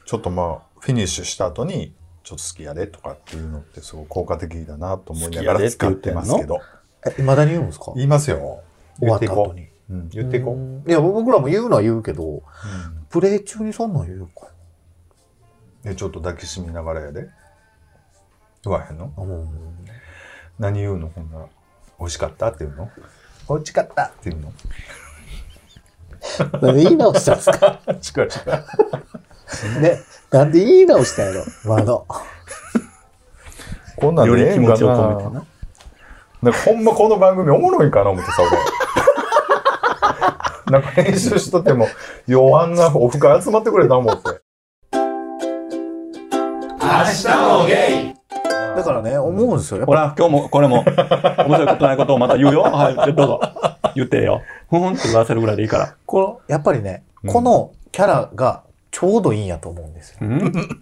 [SPEAKER 1] ちょっとまあ、フィニッシュした後に、ちょっと好きやでとかっていうのってすごい効果的だなと思いなが
[SPEAKER 3] 好きやで
[SPEAKER 1] ら
[SPEAKER 3] って
[SPEAKER 1] 使
[SPEAKER 3] 言
[SPEAKER 1] っ
[SPEAKER 3] って
[SPEAKER 1] て
[SPEAKER 3] んの
[SPEAKER 1] ますけど。
[SPEAKER 2] え、未だに言うんですか
[SPEAKER 1] 言いますよ。
[SPEAKER 2] 終
[SPEAKER 1] 言
[SPEAKER 2] わっ
[SPEAKER 1] って
[SPEAKER 2] た
[SPEAKER 1] いこ
[SPEAKER 2] 後に。
[SPEAKER 1] う。うん、言っていこう。
[SPEAKER 2] うんいや、僕らも言うのは言うけど、プレイ中にそんなん言うか。
[SPEAKER 1] で、ちょっと抱きしめながらやで。言わへんの
[SPEAKER 2] あもう
[SPEAKER 1] 何言うのほんなら。美味しかったって言うの美味しかったって言うの
[SPEAKER 2] なんで言い直したんですか
[SPEAKER 1] 違う違う。
[SPEAKER 2] ね。なんで言い直したんやろまだ。
[SPEAKER 1] こんなん
[SPEAKER 3] よ
[SPEAKER 1] で
[SPEAKER 3] り
[SPEAKER 1] ええ
[SPEAKER 3] 気
[SPEAKER 1] んかな
[SPEAKER 3] 持ちを込めてな。
[SPEAKER 1] なんかほんまこの番組おもろいんかな思ってさ、 俺。なんか編集しとっても、よ、あんなオフ会集まってくれた思って。
[SPEAKER 2] だからね、思うんですよ。やっ
[SPEAKER 3] ほ
[SPEAKER 2] ぱ
[SPEAKER 3] ら、今日もこれも、面白いことないことをまた 言うよ。はい、どうぞ。言ってよ。ふんって言わせるぐらいでいいから。
[SPEAKER 2] この、やっぱりね、このキャラがちょうどいいんやと思うんですよ。
[SPEAKER 3] うん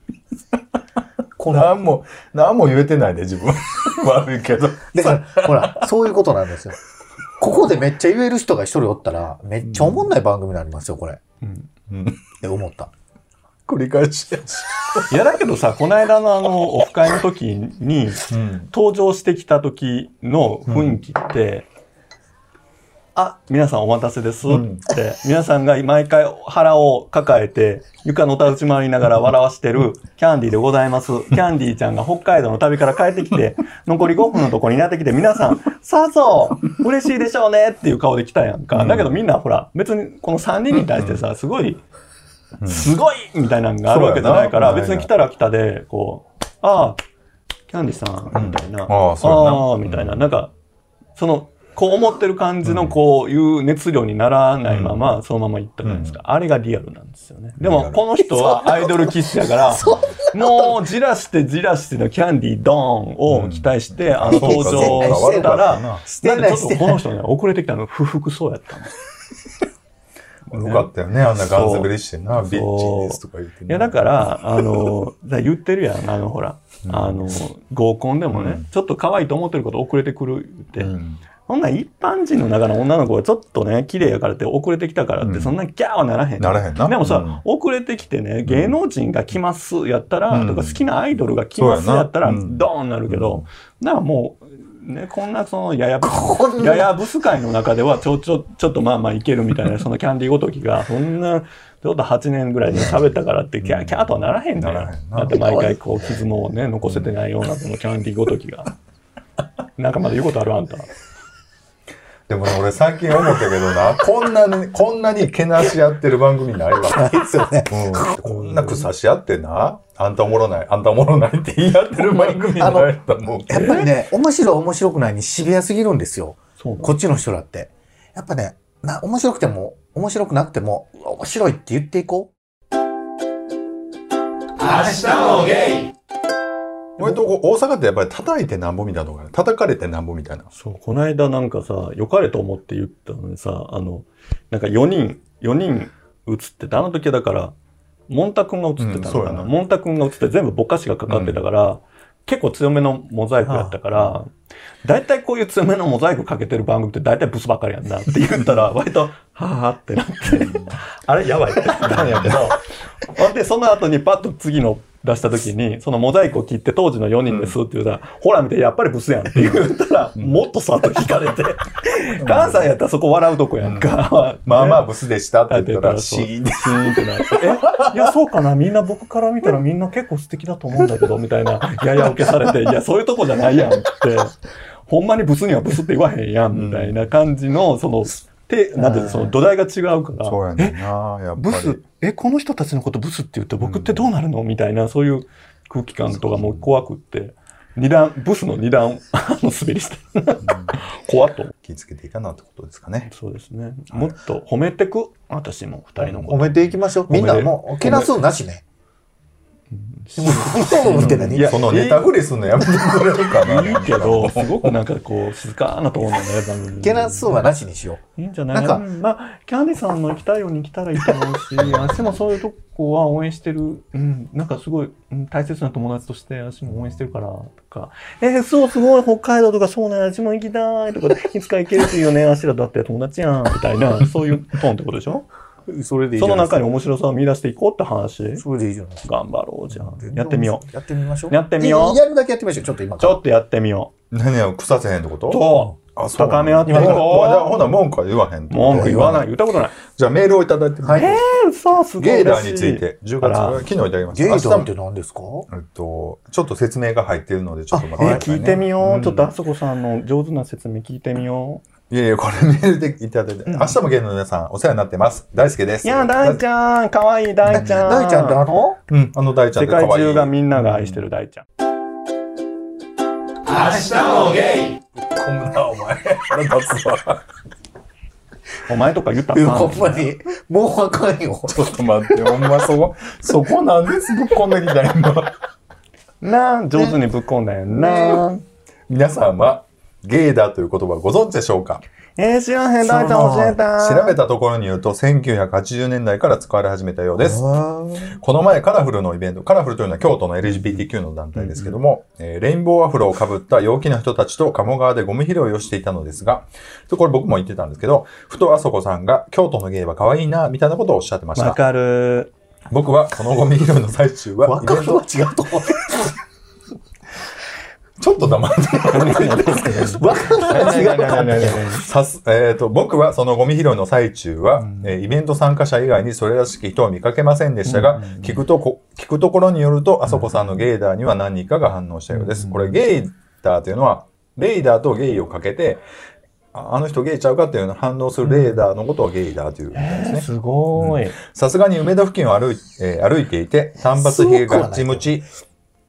[SPEAKER 2] この、
[SPEAKER 1] なんも、なんも言えてないで、自分。 悪いけど。
[SPEAKER 2] だから、ほら、そういうことなんです よ。ここでめっちゃ言える人が一人おったら、めっちゃおもんない番組になりますよ、これ。っ
[SPEAKER 3] うん
[SPEAKER 2] て思った。
[SPEAKER 1] 繰り返しやし。
[SPEAKER 3] いやだけどさ、この間のあの、オフ会の時に、
[SPEAKER 1] うん。
[SPEAKER 3] 登場してきた時の雰囲気って、あ、皆さんお待たせですって、
[SPEAKER 1] うん
[SPEAKER 3] 皆さんが毎回腹を抱えて、床のたうち回りながら笑わしてるキャンディーでござ います。キャンディーちゃんが北海道の旅から帰ってきて、残り5分のとこになってきて、皆さん、さぞ嬉しいでしょうねっていう顔で来たやんか。だけどみんなほら、別にこの3人に対してさ、すごい、すごいみたいなのがあるわけじゃないから、
[SPEAKER 1] そうやな
[SPEAKER 3] 別に来たら来たで、こう、ああ、キャンディさん、みたいな。
[SPEAKER 1] うんああそうやな
[SPEAKER 3] ああみたいな。なんか、その、こう思ってる感じの、こういう熱量にならないまま、そのまま行ったじゃないですか。あれがリアルなんですよね。
[SPEAKER 1] リ
[SPEAKER 3] で
[SPEAKER 1] ア
[SPEAKER 3] も、
[SPEAKER 1] ル
[SPEAKER 3] この人はアイドルキスやから、もう、じらしてじらしてのキャンディードーンを期待して、あの、
[SPEAKER 1] そう
[SPEAKER 3] 登
[SPEAKER 1] か
[SPEAKER 3] 場
[SPEAKER 1] そうか
[SPEAKER 3] してた
[SPEAKER 1] 悪
[SPEAKER 3] ら
[SPEAKER 1] か、
[SPEAKER 2] して
[SPEAKER 3] なん
[SPEAKER 2] な
[SPEAKER 3] か
[SPEAKER 2] い、
[SPEAKER 3] ち
[SPEAKER 2] し
[SPEAKER 3] ょっと
[SPEAKER 2] て
[SPEAKER 3] こ
[SPEAKER 2] ない。
[SPEAKER 3] の人ね、遅れてきたの、不服そうやったの。
[SPEAKER 1] よかったよね、あんなガンズベリしてな、ビッチですとか言って
[SPEAKER 3] い
[SPEAKER 1] ね
[SPEAKER 3] や、だから、あの、だから言ってるやん、あの、ほら、あの、合コンでもね、ちょっと可愛いと思ってること遅れてくるって、
[SPEAKER 1] うん
[SPEAKER 3] そんなん一般人の中の女の子がちょっとね、綺麗やからって遅れてきたからって、
[SPEAKER 1] うん
[SPEAKER 3] そんなギャーはならへん。
[SPEAKER 1] ならへんな
[SPEAKER 3] でもさ、
[SPEAKER 1] うん
[SPEAKER 3] 遅れてきてね、芸能人が来ますやったら、
[SPEAKER 1] うん
[SPEAKER 3] とか好きなアイドルが来ます
[SPEAKER 1] そうやな
[SPEAKER 3] やったら、
[SPEAKER 1] うん
[SPEAKER 3] ドーンなるけど、なんかもう、ね、こんなそのや やぶ
[SPEAKER 2] こん、な
[SPEAKER 3] ややぶす会の中では、ちょ、ちょ、ちょっとまあまあいけるみたいな、そのキャンディーごときが、そんな、ちょっと8年ぐらいで喋ったからって、キャーキャーとはならへんのよ
[SPEAKER 1] ならへんな
[SPEAKER 3] だって毎回こう、傷もね、残せ てないような、このキャンディーごときが。なんかまだ言うことあるあんた。
[SPEAKER 1] でもね、俺最近思ったけどな、こんなに、こんなにけなし合ってる番組ないわ。
[SPEAKER 2] ないですよね。
[SPEAKER 1] うん、こんな草し合ってな、あんたおもろない、あんたおもろないって言い合ってる番組ないと思うけ
[SPEAKER 2] やっ
[SPEAKER 1] ど。
[SPEAKER 2] ぱりね、面白い面白くないにシビアすぎるんですよ。
[SPEAKER 3] そう
[SPEAKER 2] こっちの人だって。やっぱね、な、面白くても、面白くなくても、うわ面白いって言っていこ
[SPEAKER 1] 割とこう大阪ってやっぱり叩いてなんぼみたいなとこがある叩かれてなんぼみたいな。
[SPEAKER 3] そう、この間なんかさ、良かれと思って言ったのにさ、あの、なんか4人、4人映ってた。あの時はだから、モンタ君が映ってた
[SPEAKER 1] うんそ
[SPEAKER 3] の
[SPEAKER 1] う
[SPEAKER 3] か
[SPEAKER 1] や
[SPEAKER 3] な。
[SPEAKER 1] な
[SPEAKER 3] モンタ君が映って全部ぼかしがかかってたから、結構強めのモザイクやったから、大体こういう強めのモザイクかけてる番組って大体ブスばっかりやんなって言ったら、割と、はぁはぁってなって、あれやばいってなったんやけど、ほんで、その後にパッと次の出した時に、そのモザイクを切って当時の4人ですって言うたら、ほら見て、やっぱりブスやんって言ったら、もっとさっと聞かれて、関西やったらそこ笑うとこやんか。
[SPEAKER 1] まあまあブスでしたって言ったら、シ
[SPEAKER 3] そう
[SPEAKER 1] ーンって。
[SPEAKER 3] シーンってなって。えいや、そうかな。みんな僕から見たらみんな結構素敵だと思うんだけど、みたいな。やや受けされて、いや、そういうとこじゃないやんって。ほんまにブスにはブスって言わへんやん、みたいな感じの、その、て、なんていうのその土台が違うから。
[SPEAKER 1] そうやねんな、やっぱ
[SPEAKER 3] ブ
[SPEAKER 1] り。
[SPEAKER 3] ス、え、この人たちのことブスって言って僕ってどうなるのみたいな、そういう空気感とかもう怖くって、二段、ブスの二段、 あの、滑りした。怖っと思う。
[SPEAKER 1] 気ぃつけていかなってことですかね。
[SPEAKER 3] そうですね。もっと褒めてく、私も二人
[SPEAKER 2] う。
[SPEAKER 3] の
[SPEAKER 2] 褒
[SPEAKER 3] こ
[SPEAKER 2] めていきましょう。みんなもう、けなすんなしね。もう、って何
[SPEAKER 3] いや
[SPEAKER 1] そのネタフリすんのやめてくれるか
[SPEAKER 3] と。
[SPEAKER 1] な。
[SPEAKER 3] いいけど、すごくなんかこう、静かなと思うんだよね、番組。
[SPEAKER 2] けなすんはなしにしよ
[SPEAKER 3] いいんじゃない
[SPEAKER 2] なんか
[SPEAKER 3] うんまあ、キャンディさんの行きたいように来たらいいと思うし、私もそういうとこは応援してる、うん、なんかすごい、うん、大切な友達として私も応援してるから、とか、えーそう、すごい、北海道とかそうなんや、私も行きたいとか、いつか行けるというね、 私らだって友達やん、みたいな、そういうトーンってことでしょ
[SPEAKER 2] う。それで
[SPEAKER 3] その中に
[SPEAKER 2] に。
[SPEAKER 3] 面白さを見出していこうって話。
[SPEAKER 2] それでいいじゃないですか。
[SPEAKER 3] 頑張ろう、じゃあ。やってみよう。
[SPEAKER 2] う。やってみましょう。
[SPEAKER 3] やってみよう
[SPEAKER 2] いややるだけやってみましょう。ちょっと今
[SPEAKER 3] ち
[SPEAKER 2] から。
[SPEAKER 3] ょっとやってみよ
[SPEAKER 1] 何や、腐せへんってこと
[SPEAKER 3] う。と、
[SPEAKER 1] あ、そうな
[SPEAKER 3] 高
[SPEAKER 1] んだ
[SPEAKER 3] め合ってい
[SPEAKER 1] ほ
[SPEAKER 3] こ
[SPEAKER 1] なほな
[SPEAKER 3] う。
[SPEAKER 1] ほな文句は言わへんってこと
[SPEAKER 3] 文句言わない。言ったことない。
[SPEAKER 1] じゃあメールをいただいてる
[SPEAKER 2] はい。
[SPEAKER 3] えー、嘘、すごい嬉し
[SPEAKER 1] ゲ
[SPEAKER 3] い。
[SPEAKER 1] イダーについて、10月、
[SPEAKER 3] あら
[SPEAKER 1] 昨日いただきまし
[SPEAKER 2] ゲイ
[SPEAKER 1] た。
[SPEAKER 2] ダー
[SPEAKER 1] 明
[SPEAKER 2] っ
[SPEAKER 1] 日
[SPEAKER 2] て
[SPEAKER 1] も、
[SPEAKER 2] 何ですか
[SPEAKER 1] えっと、ちょっと説明が入っているので、ちょっと待
[SPEAKER 3] え
[SPEAKER 1] ってく
[SPEAKER 3] ー、
[SPEAKER 1] ださ
[SPEAKER 3] 聞
[SPEAKER 1] い、ね。
[SPEAKER 3] いてみよう、ちょっとあ
[SPEAKER 1] ん
[SPEAKER 3] そこさんの上手な説明聞いてみよう。
[SPEAKER 1] いやいや、これメールでいただいて、
[SPEAKER 3] ん
[SPEAKER 1] 明日もゲイの皆さん、お世話になってます。大輔です。
[SPEAKER 3] いや、大ちゃん、かわいい大ちゃん。
[SPEAKER 2] 大ちゃんってあの
[SPEAKER 1] うん、あの大ちゃんっ
[SPEAKER 3] 世
[SPEAKER 1] て可愛
[SPEAKER 3] 界
[SPEAKER 1] い
[SPEAKER 3] 中がみんなが愛してる大ちゃん。
[SPEAKER 1] こんなお前、腹立つわ。
[SPEAKER 3] お前とか言った
[SPEAKER 2] いや
[SPEAKER 3] らあかん
[SPEAKER 2] ほんまに、もうわかんよ。
[SPEAKER 1] ちょっと待って、ほんまそこ、 そこなんですぶっこんできた今。
[SPEAKER 3] なあ、上手にぶっ込んだよな。
[SPEAKER 1] 皆さんは、ゲイダーという言葉ご存知でしょうか
[SPEAKER 3] えー、知らへん、大ちゃん教えた。
[SPEAKER 1] 調べたところによると、1980年代から使われ始めたようです。
[SPEAKER 2] は
[SPEAKER 1] この前、カラフルのイベント、カラフルというのは京都の LGBTQ の団体ですけども、えーレインボーアフロをかぶった陽気な人たちと鴨川でゴミ拾いをしていたのですが、とこれ僕も言ってたんですけど、ふとあそこさんが京都のゲイは可愛いな、みたいなことをおっしゃってまし
[SPEAKER 3] わ
[SPEAKER 1] た。
[SPEAKER 3] かる。
[SPEAKER 1] 僕はこのゴミ拾いの最中は、イ
[SPEAKER 2] 若
[SPEAKER 1] ベン
[SPEAKER 2] く
[SPEAKER 1] ト、
[SPEAKER 2] は違うと思う。
[SPEAKER 1] ちょっと黙って。
[SPEAKER 2] 若くは違うと思う。
[SPEAKER 1] さす、えっ、と、僕はそのゴミ拾いの最中は、えーイベント参加者以外にそれらしき人を見かけませんでしたが、聞くとこ、聞くところによると、あそこさんのゲイダーには何人かが反応したようです。これ、ゲイダーというのは、レイダーとゲイをかけて、ああの人ゲイちゃうかっていうような反応するレーダーのことをゲイダーというみたいですね。
[SPEAKER 3] すごい。
[SPEAKER 1] さすがに梅田付近を歩い,、えー歩いていて、短髪髭がちムチ、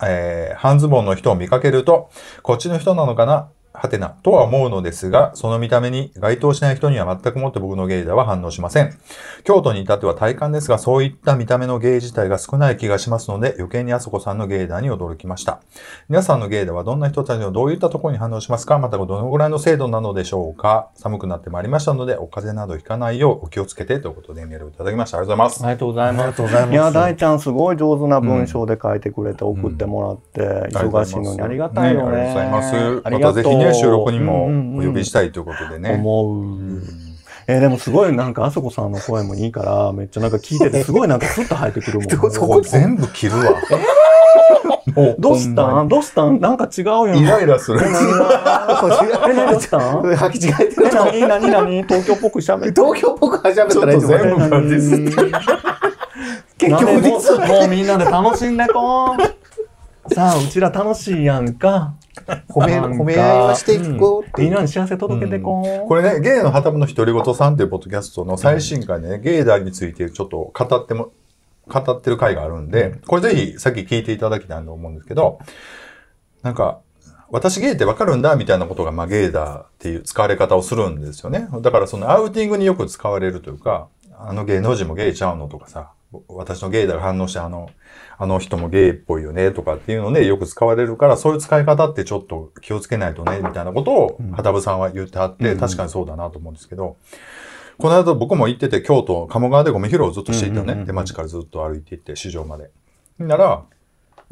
[SPEAKER 1] えー半ズボンの人を見かけると、こっちの人なのかなはてな、とは思うのですが、その見た目に該当しない人には全くもって僕のゲイだは反応しません。京都に至っては体感ですが、そういった見た目のゲイ自体が少ない気がしますので、余計にあそこさんのゲイダーに驚きました。皆さんのゲイダーはどんな人たちのどういったところに反応しますかまたどのぐらいの精度なのでしょうか寒くなってまいりましたので、お風邪などひかないようお気をつけてということでメールをいただきました。ありがとうございます。
[SPEAKER 3] ありがとうござい
[SPEAKER 2] あり
[SPEAKER 3] ま
[SPEAKER 2] が
[SPEAKER 3] す。
[SPEAKER 2] とうございます。
[SPEAKER 3] いや、大ちゃん、すごい上手な文章で書いてくれて、送ってもらって、
[SPEAKER 1] ありがとうご
[SPEAKER 3] 忙
[SPEAKER 1] ざ
[SPEAKER 3] し
[SPEAKER 1] い
[SPEAKER 3] い
[SPEAKER 1] ます
[SPEAKER 3] のにありがたい
[SPEAKER 1] あり
[SPEAKER 3] よね。
[SPEAKER 1] がとうございます。
[SPEAKER 3] あ
[SPEAKER 1] ま
[SPEAKER 3] り
[SPEAKER 1] た
[SPEAKER 3] が
[SPEAKER 1] ぜ
[SPEAKER 3] とう
[SPEAKER 1] ひね、収録にも
[SPEAKER 3] うん
[SPEAKER 1] お
[SPEAKER 3] うんう
[SPEAKER 1] 呼
[SPEAKER 3] ん
[SPEAKER 1] びしたいということでね。
[SPEAKER 3] 思う。えーでもすごいなんかあそこさんの声もいいから、めっちゃなんか聞いてて、すごいなんかスッと入ってくるもん。
[SPEAKER 1] ここ全部切るわ。もう
[SPEAKER 3] どうしたんどうしたんなんか違うよ。
[SPEAKER 1] イライラす る。
[SPEAKER 2] これ
[SPEAKER 3] え、何どうしたん
[SPEAKER 2] 履き違えて
[SPEAKER 3] え、
[SPEAKER 2] ると思う
[SPEAKER 3] 何何何東京っぽく喋って。
[SPEAKER 2] 東京っぽく始めたらいいと
[SPEAKER 1] ち
[SPEAKER 2] 思
[SPEAKER 1] ょっと全
[SPEAKER 2] う
[SPEAKER 1] 部。がディス
[SPEAKER 3] 結
[SPEAKER 2] 結局ディス
[SPEAKER 3] もうもうみんなで楽しんでこう。さあ、うちら楽しいやんか。
[SPEAKER 2] 褒め、褒め合いはしていこうって
[SPEAKER 3] み
[SPEAKER 2] い
[SPEAKER 3] ん
[SPEAKER 2] う。
[SPEAKER 3] なに幸せ届けてこーん。
[SPEAKER 1] これね、ゲイの旗本の独り言さんっていうポッドキャストの最新回でね、ゲイダーについてちょっと語っても、語ってる回があるんで、これぜひさっき聞いていただきたいと思うんですけど、なんか、私ゲイってわかるんだみたいなことが、まあゲイダーっていう使われ方をするんですよね。だからそのアウティングによく使われるというか、あの芸能人もゲイちゃうのとかさ、私のゲイだが反応してあの、あの人もゲイっぽいよねとかっていうのでよく使われるから、そういう使い方ってちょっと気をつけないとね、みたいなことを、はたぶさんは言ってはって、確かにそうだなと思うんですけど、この間僕も行ってて、京都、鴨川でゴミ拾いをずっとしていた
[SPEAKER 3] うんうんうんう
[SPEAKER 1] ね。
[SPEAKER 3] ん
[SPEAKER 1] で、街からずっと歩いていって、市場まで。なら、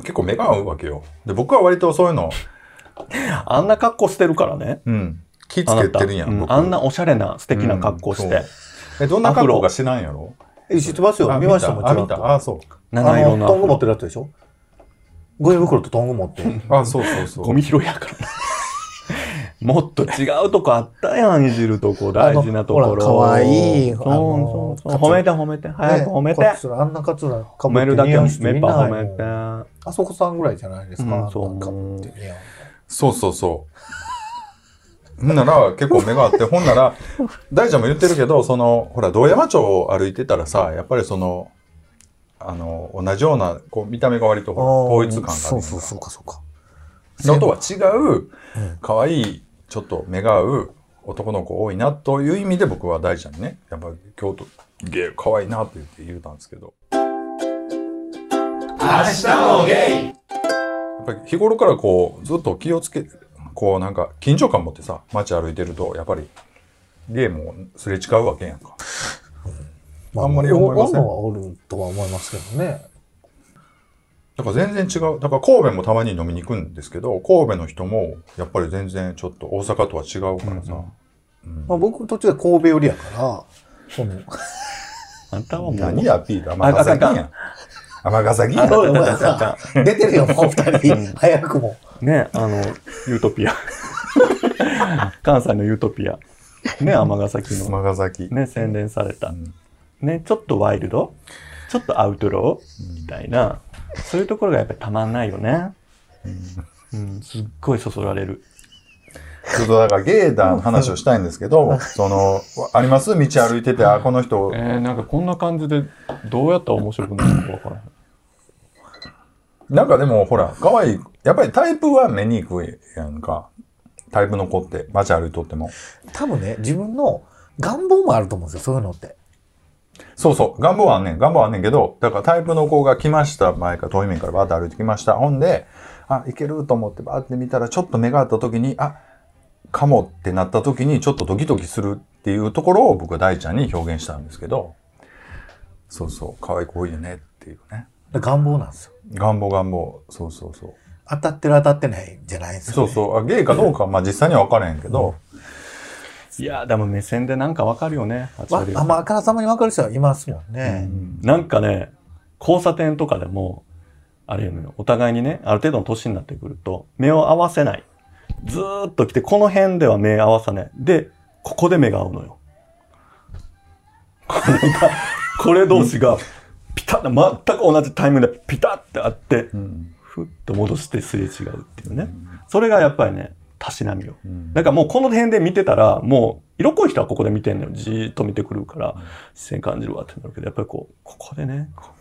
[SPEAKER 1] 結構目が合うわけよ。で、僕は割とそういうの、
[SPEAKER 3] あんな格好してるからね。
[SPEAKER 1] うん、気つ
[SPEAKER 3] あな
[SPEAKER 1] け
[SPEAKER 3] た
[SPEAKER 1] てるや、
[SPEAKER 3] うん
[SPEAKER 1] 僕。
[SPEAKER 3] あんなおしゃれな素敵な格好し
[SPEAKER 1] う
[SPEAKER 3] て
[SPEAKER 1] ん。え、どんな格好か知らんやろ
[SPEAKER 2] え知ってますよ。
[SPEAKER 1] あ
[SPEAKER 2] 見ましたもん、
[SPEAKER 1] あ、
[SPEAKER 2] ちら
[SPEAKER 1] 見
[SPEAKER 2] っと
[SPEAKER 1] た。あ、そう。
[SPEAKER 3] 七
[SPEAKER 2] あ
[SPEAKER 3] 色
[SPEAKER 2] の、トング持っ
[SPEAKER 3] の
[SPEAKER 2] てるやつでしょゴミ袋とトング持って。
[SPEAKER 1] あ、そうそうそう。
[SPEAKER 3] ゴミ拾いやから。 もっと違うとこあったやん、いじるとこ、大事なところ。
[SPEAKER 2] ほら可愛い
[SPEAKER 3] そう
[SPEAKER 2] あ
[SPEAKER 3] そ
[SPEAKER 2] の
[SPEAKER 3] うそう。褒めて褒めて。早く褒めて。
[SPEAKER 2] ねカツラあんなカツラか
[SPEAKER 3] 褒
[SPEAKER 2] ぶっ
[SPEAKER 3] め
[SPEAKER 2] て
[SPEAKER 3] るだけ
[SPEAKER 2] 似
[SPEAKER 3] め
[SPEAKER 2] 合
[SPEAKER 3] っ
[SPEAKER 2] う人いない
[SPEAKER 3] ぱ
[SPEAKER 2] もん
[SPEAKER 3] 褒めて。
[SPEAKER 2] あそこさんぐらいじゃないですか。
[SPEAKER 3] うんそう
[SPEAKER 2] あんなかぶって似合う
[SPEAKER 1] そうそうそう。ほんなら、結構目があって、ほんなら、大ちゃんも言ってるけど、その、ほら、道山町を歩いてたらさ、やっぱりその、あの、同じような、こう、見た目が割とほら統一感があるや
[SPEAKER 2] そう
[SPEAKER 1] か
[SPEAKER 2] んそう、そうか、そうか。
[SPEAKER 1] のとは違う、可愛い、ちょっと目が合う男の子多いなという意味で僕は大ちゃんにね、やっぱ京都、ゲイ可愛いなって言って言うたんですけど。やっぱり日頃からこう、ずっと気をつけ、こうなんか緊張感持ってさ、街歩いてると、やっぱり、ゲイもすれ違うわけやんか。あんまり思いません
[SPEAKER 2] おんのはおるとは思いますけどね。
[SPEAKER 1] だから全然違う。だから神戸もたまに飲みに行くんですけど、神戸の人も、やっぱり全然ちょっと大阪とは違うからさ。
[SPEAKER 2] まあ僕途中で神戸寄りやから、そ の、
[SPEAKER 3] あんたはもう。
[SPEAKER 1] 何や、ピーター。
[SPEAKER 3] あ
[SPEAKER 1] 尼崎やん。尼崎やん。
[SPEAKER 2] おいお前さ出てるよ、もう二人。早くも。
[SPEAKER 3] ね、あの、ユート ピア。関西のユートピア。ね、尼崎の。
[SPEAKER 1] 尼崎。
[SPEAKER 3] ね、洗練された
[SPEAKER 1] ん。
[SPEAKER 3] ね、ちょっとワイルドちょっとアウトローみたいな。そういうところがやっぱりたまんないよね。うん、すっごいそそられる。
[SPEAKER 1] ちょっとだからゲーダーの話をしたいんですけど、その、あります道歩いてて、あ、この人、
[SPEAKER 3] ー、なんかこんな感じで、どうやったら面白くなるのかわからな
[SPEAKER 1] なんかでもほら、可愛い、やっぱりタイプは目に行くやんか。タイプの子って、街歩いとっても。
[SPEAKER 2] 多分ね、自分の願望もあると思うんですよ、そういうのって。
[SPEAKER 1] そうそう、願望はあんねん、願望はあんねんけど、だからタイプの子が来ました、前から、遠い面からバーって歩いてきました。ほんで、あ、いけると思ってバーって見たら、ちょっと目が合った時に、あ、かもってなった時に、ちょっとドキドキするっていうところを僕は大ちゃんに表現したんですけど、そうそう、可愛い子多いよねっていうね。
[SPEAKER 2] 願望なんですよ。
[SPEAKER 1] 願望願望、そうそうそう。
[SPEAKER 2] 当たってる当たってないじゃないんですよ。
[SPEAKER 1] そうそう、あゲイかどうかは、まあ実際には分からへんけど、
[SPEAKER 3] いやー、でも目線でなんかわかるよね。8
[SPEAKER 2] わ
[SPEAKER 3] 割
[SPEAKER 2] あ、まあ、あからさまに分かる人はいますもんね。
[SPEAKER 3] なんかね、交差点とかでも、あれやのよお互いにね、ある程度の年になってくると、目を合わせない。ずーっと来て、この辺では目合わさない。で、ここで目が合うのよ。これ同士が、ピタッ、全く同じタイミングでピタッて合って、ふっと戻してすれ違うっていうね。それがやっぱりね、たしなみよ。なんかもうこの辺で見てたら、もう、色濃い人はここで見てんのよ。じーっと見てくるから、視線感じるわってなるけど、やっぱりこう、ここでね、こう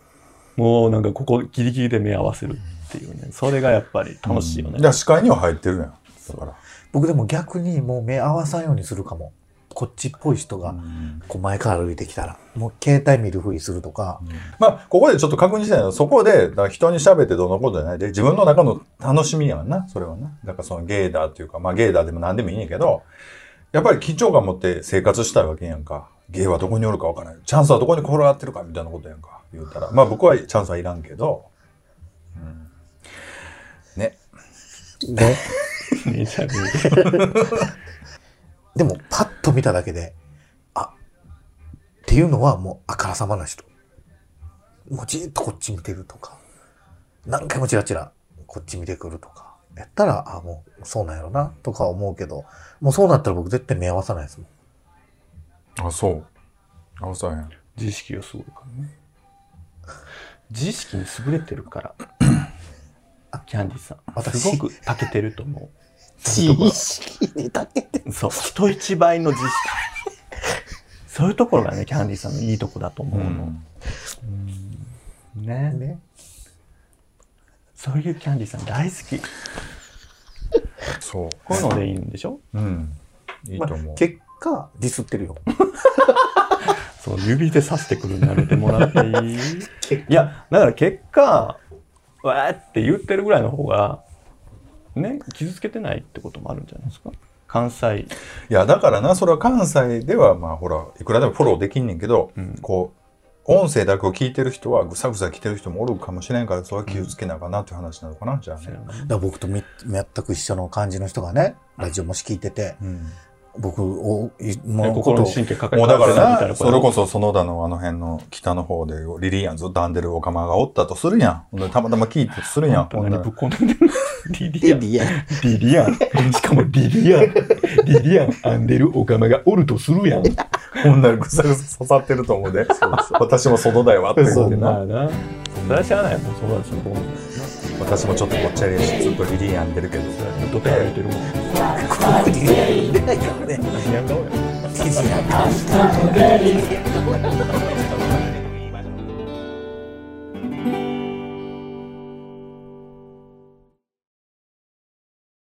[SPEAKER 3] もうなんかここギリギリで目合わせるっていうね。それがやっぱり楽しいよね。
[SPEAKER 1] じゃあ視界には入ってるやん。だから。
[SPEAKER 2] 僕でも逆にもう目合わさんようにするかも。こっちっぽい人が、こう前から歩いてきたら、もう携帯見るふりするとか、
[SPEAKER 1] まあ、ここでちょっと確認したいのは、そこで、だから人に喋ってどうのことじゃないで、自分の中の楽しみやんな、それはな。だからそのゲーダーっていうか、まあゲーダーでも何でもいいねんけど、やっぱり緊張感持って生活したいわけやんか。ゲイはどこにおるかわからない。チャンスはどこに転がってるかみたいなことやんか。言うたら。まあ僕はチャンスはいらんけど。うん、ね。
[SPEAKER 2] ね。
[SPEAKER 3] めちゃくちゃ
[SPEAKER 2] でも、パッと見ただけで、あ、っていうのはもうあからさまな人。もうじーっとこっち見てるとか、何回もチラチラこっち見てくるとか、やったら、あ、もうそうなんやろな、とか思うけど、もうそうなったら僕絶対目合わさないですもん。
[SPEAKER 1] あ、そう。あ、そうやん。
[SPEAKER 3] 自意識がすごいからね。自意識に優れてるから。キャンディさん。
[SPEAKER 2] 私
[SPEAKER 3] すごく長けてると思
[SPEAKER 2] 知識にたけて。
[SPEAKER 3] う。そう。人一倍の実識。そういうところがね、キャンディさんのいいとこだと思うの。ね
[SPEAKER 2] ね。
[SPEAKER 3] そういうキャンディさん大好き。
[SPEAKER 1] そ
[SPEAKER 3] こういうのでいいんでしょ
[SPEAKER 1] う。うん。いい
[SPEAKER 2] まあ
[SPEAKER 1] と思う。
[SPEAKER 2] 結果、ディスってるよ。
[SPEAKER 3] そう、指で刺してくるのやめてもらっていい
[SPEAKER 2] 結
[SPEAKER 3] いや、だから結果、わーって言ってるぐらいの方が、ね、傷つけてないってこともあるんじゃないですか関西。
[SPEAKER 1] いや、だからな、それは関西では、まあほら、いくらでもフォローできんねんけど、
[SPEAKER 3] うん
[SPEAKER 1] こう、音声だけを聞いてる人は、ぐさぐさ来てる人もおるかもしれんから、それは気をつけなあかんなっていう話なのかな、じゃあね。
[SPEAKER 2] だから僕とみ全く一緒の感じの人がね、ラジオもし聞いてて、
[SPEAKER 1] うん、
[SPEAKER 2] 僕を、いのこ
[SPEAKER 3] 心
[SPEAKER 2] と
[SPEAKER 3] の
[SPEAKER 2] を、
[SPEAKER 3] 神経かか
[SPEAKER 1] もうだからな、それこ
[SPEAKER 3] そ。
[SPEAKER 1] そ園田のあの辺の北の方でリリアンずっと編んでるオカマがおったとするやん。ほんでたまたま聞いてするやん。ほん
[SPEAKER 3] 何
[SPEAKER 1] な
[SPEAKER 3] ぶっ
[SPEAKER 1] ら
[SPEAKER 3] こんでるリリアン。
[SPEAKER 2] いや、
[SPEAKER 3] リリアン。しかもリリアン。リリアン編んでるオカマがおるとするやん。
[SPEAKER 1] ほんならぐさぐさ刺さってると思うで。私も園田よって
[SPEAKER 2] そ
[SPEAKER 1] 言って
[SPEAKER 2] う
[SPEAKER 3] ま
[SPEAKER 1] な。
[SPEAKER 3] あな。それはしゃあないもん、そうなんですよ。もう
[SPEAKER 1] 私もちょっとごっちゃりやし、ずっとリリアン編んでるけど。
[SPEAKER 3] ずっと手歩いてるもん。
[SPEAKER 2] こういうのいないからね。
[SPEAKER 3] リリアン顔や。
[SPEAKER 2] 記事なんか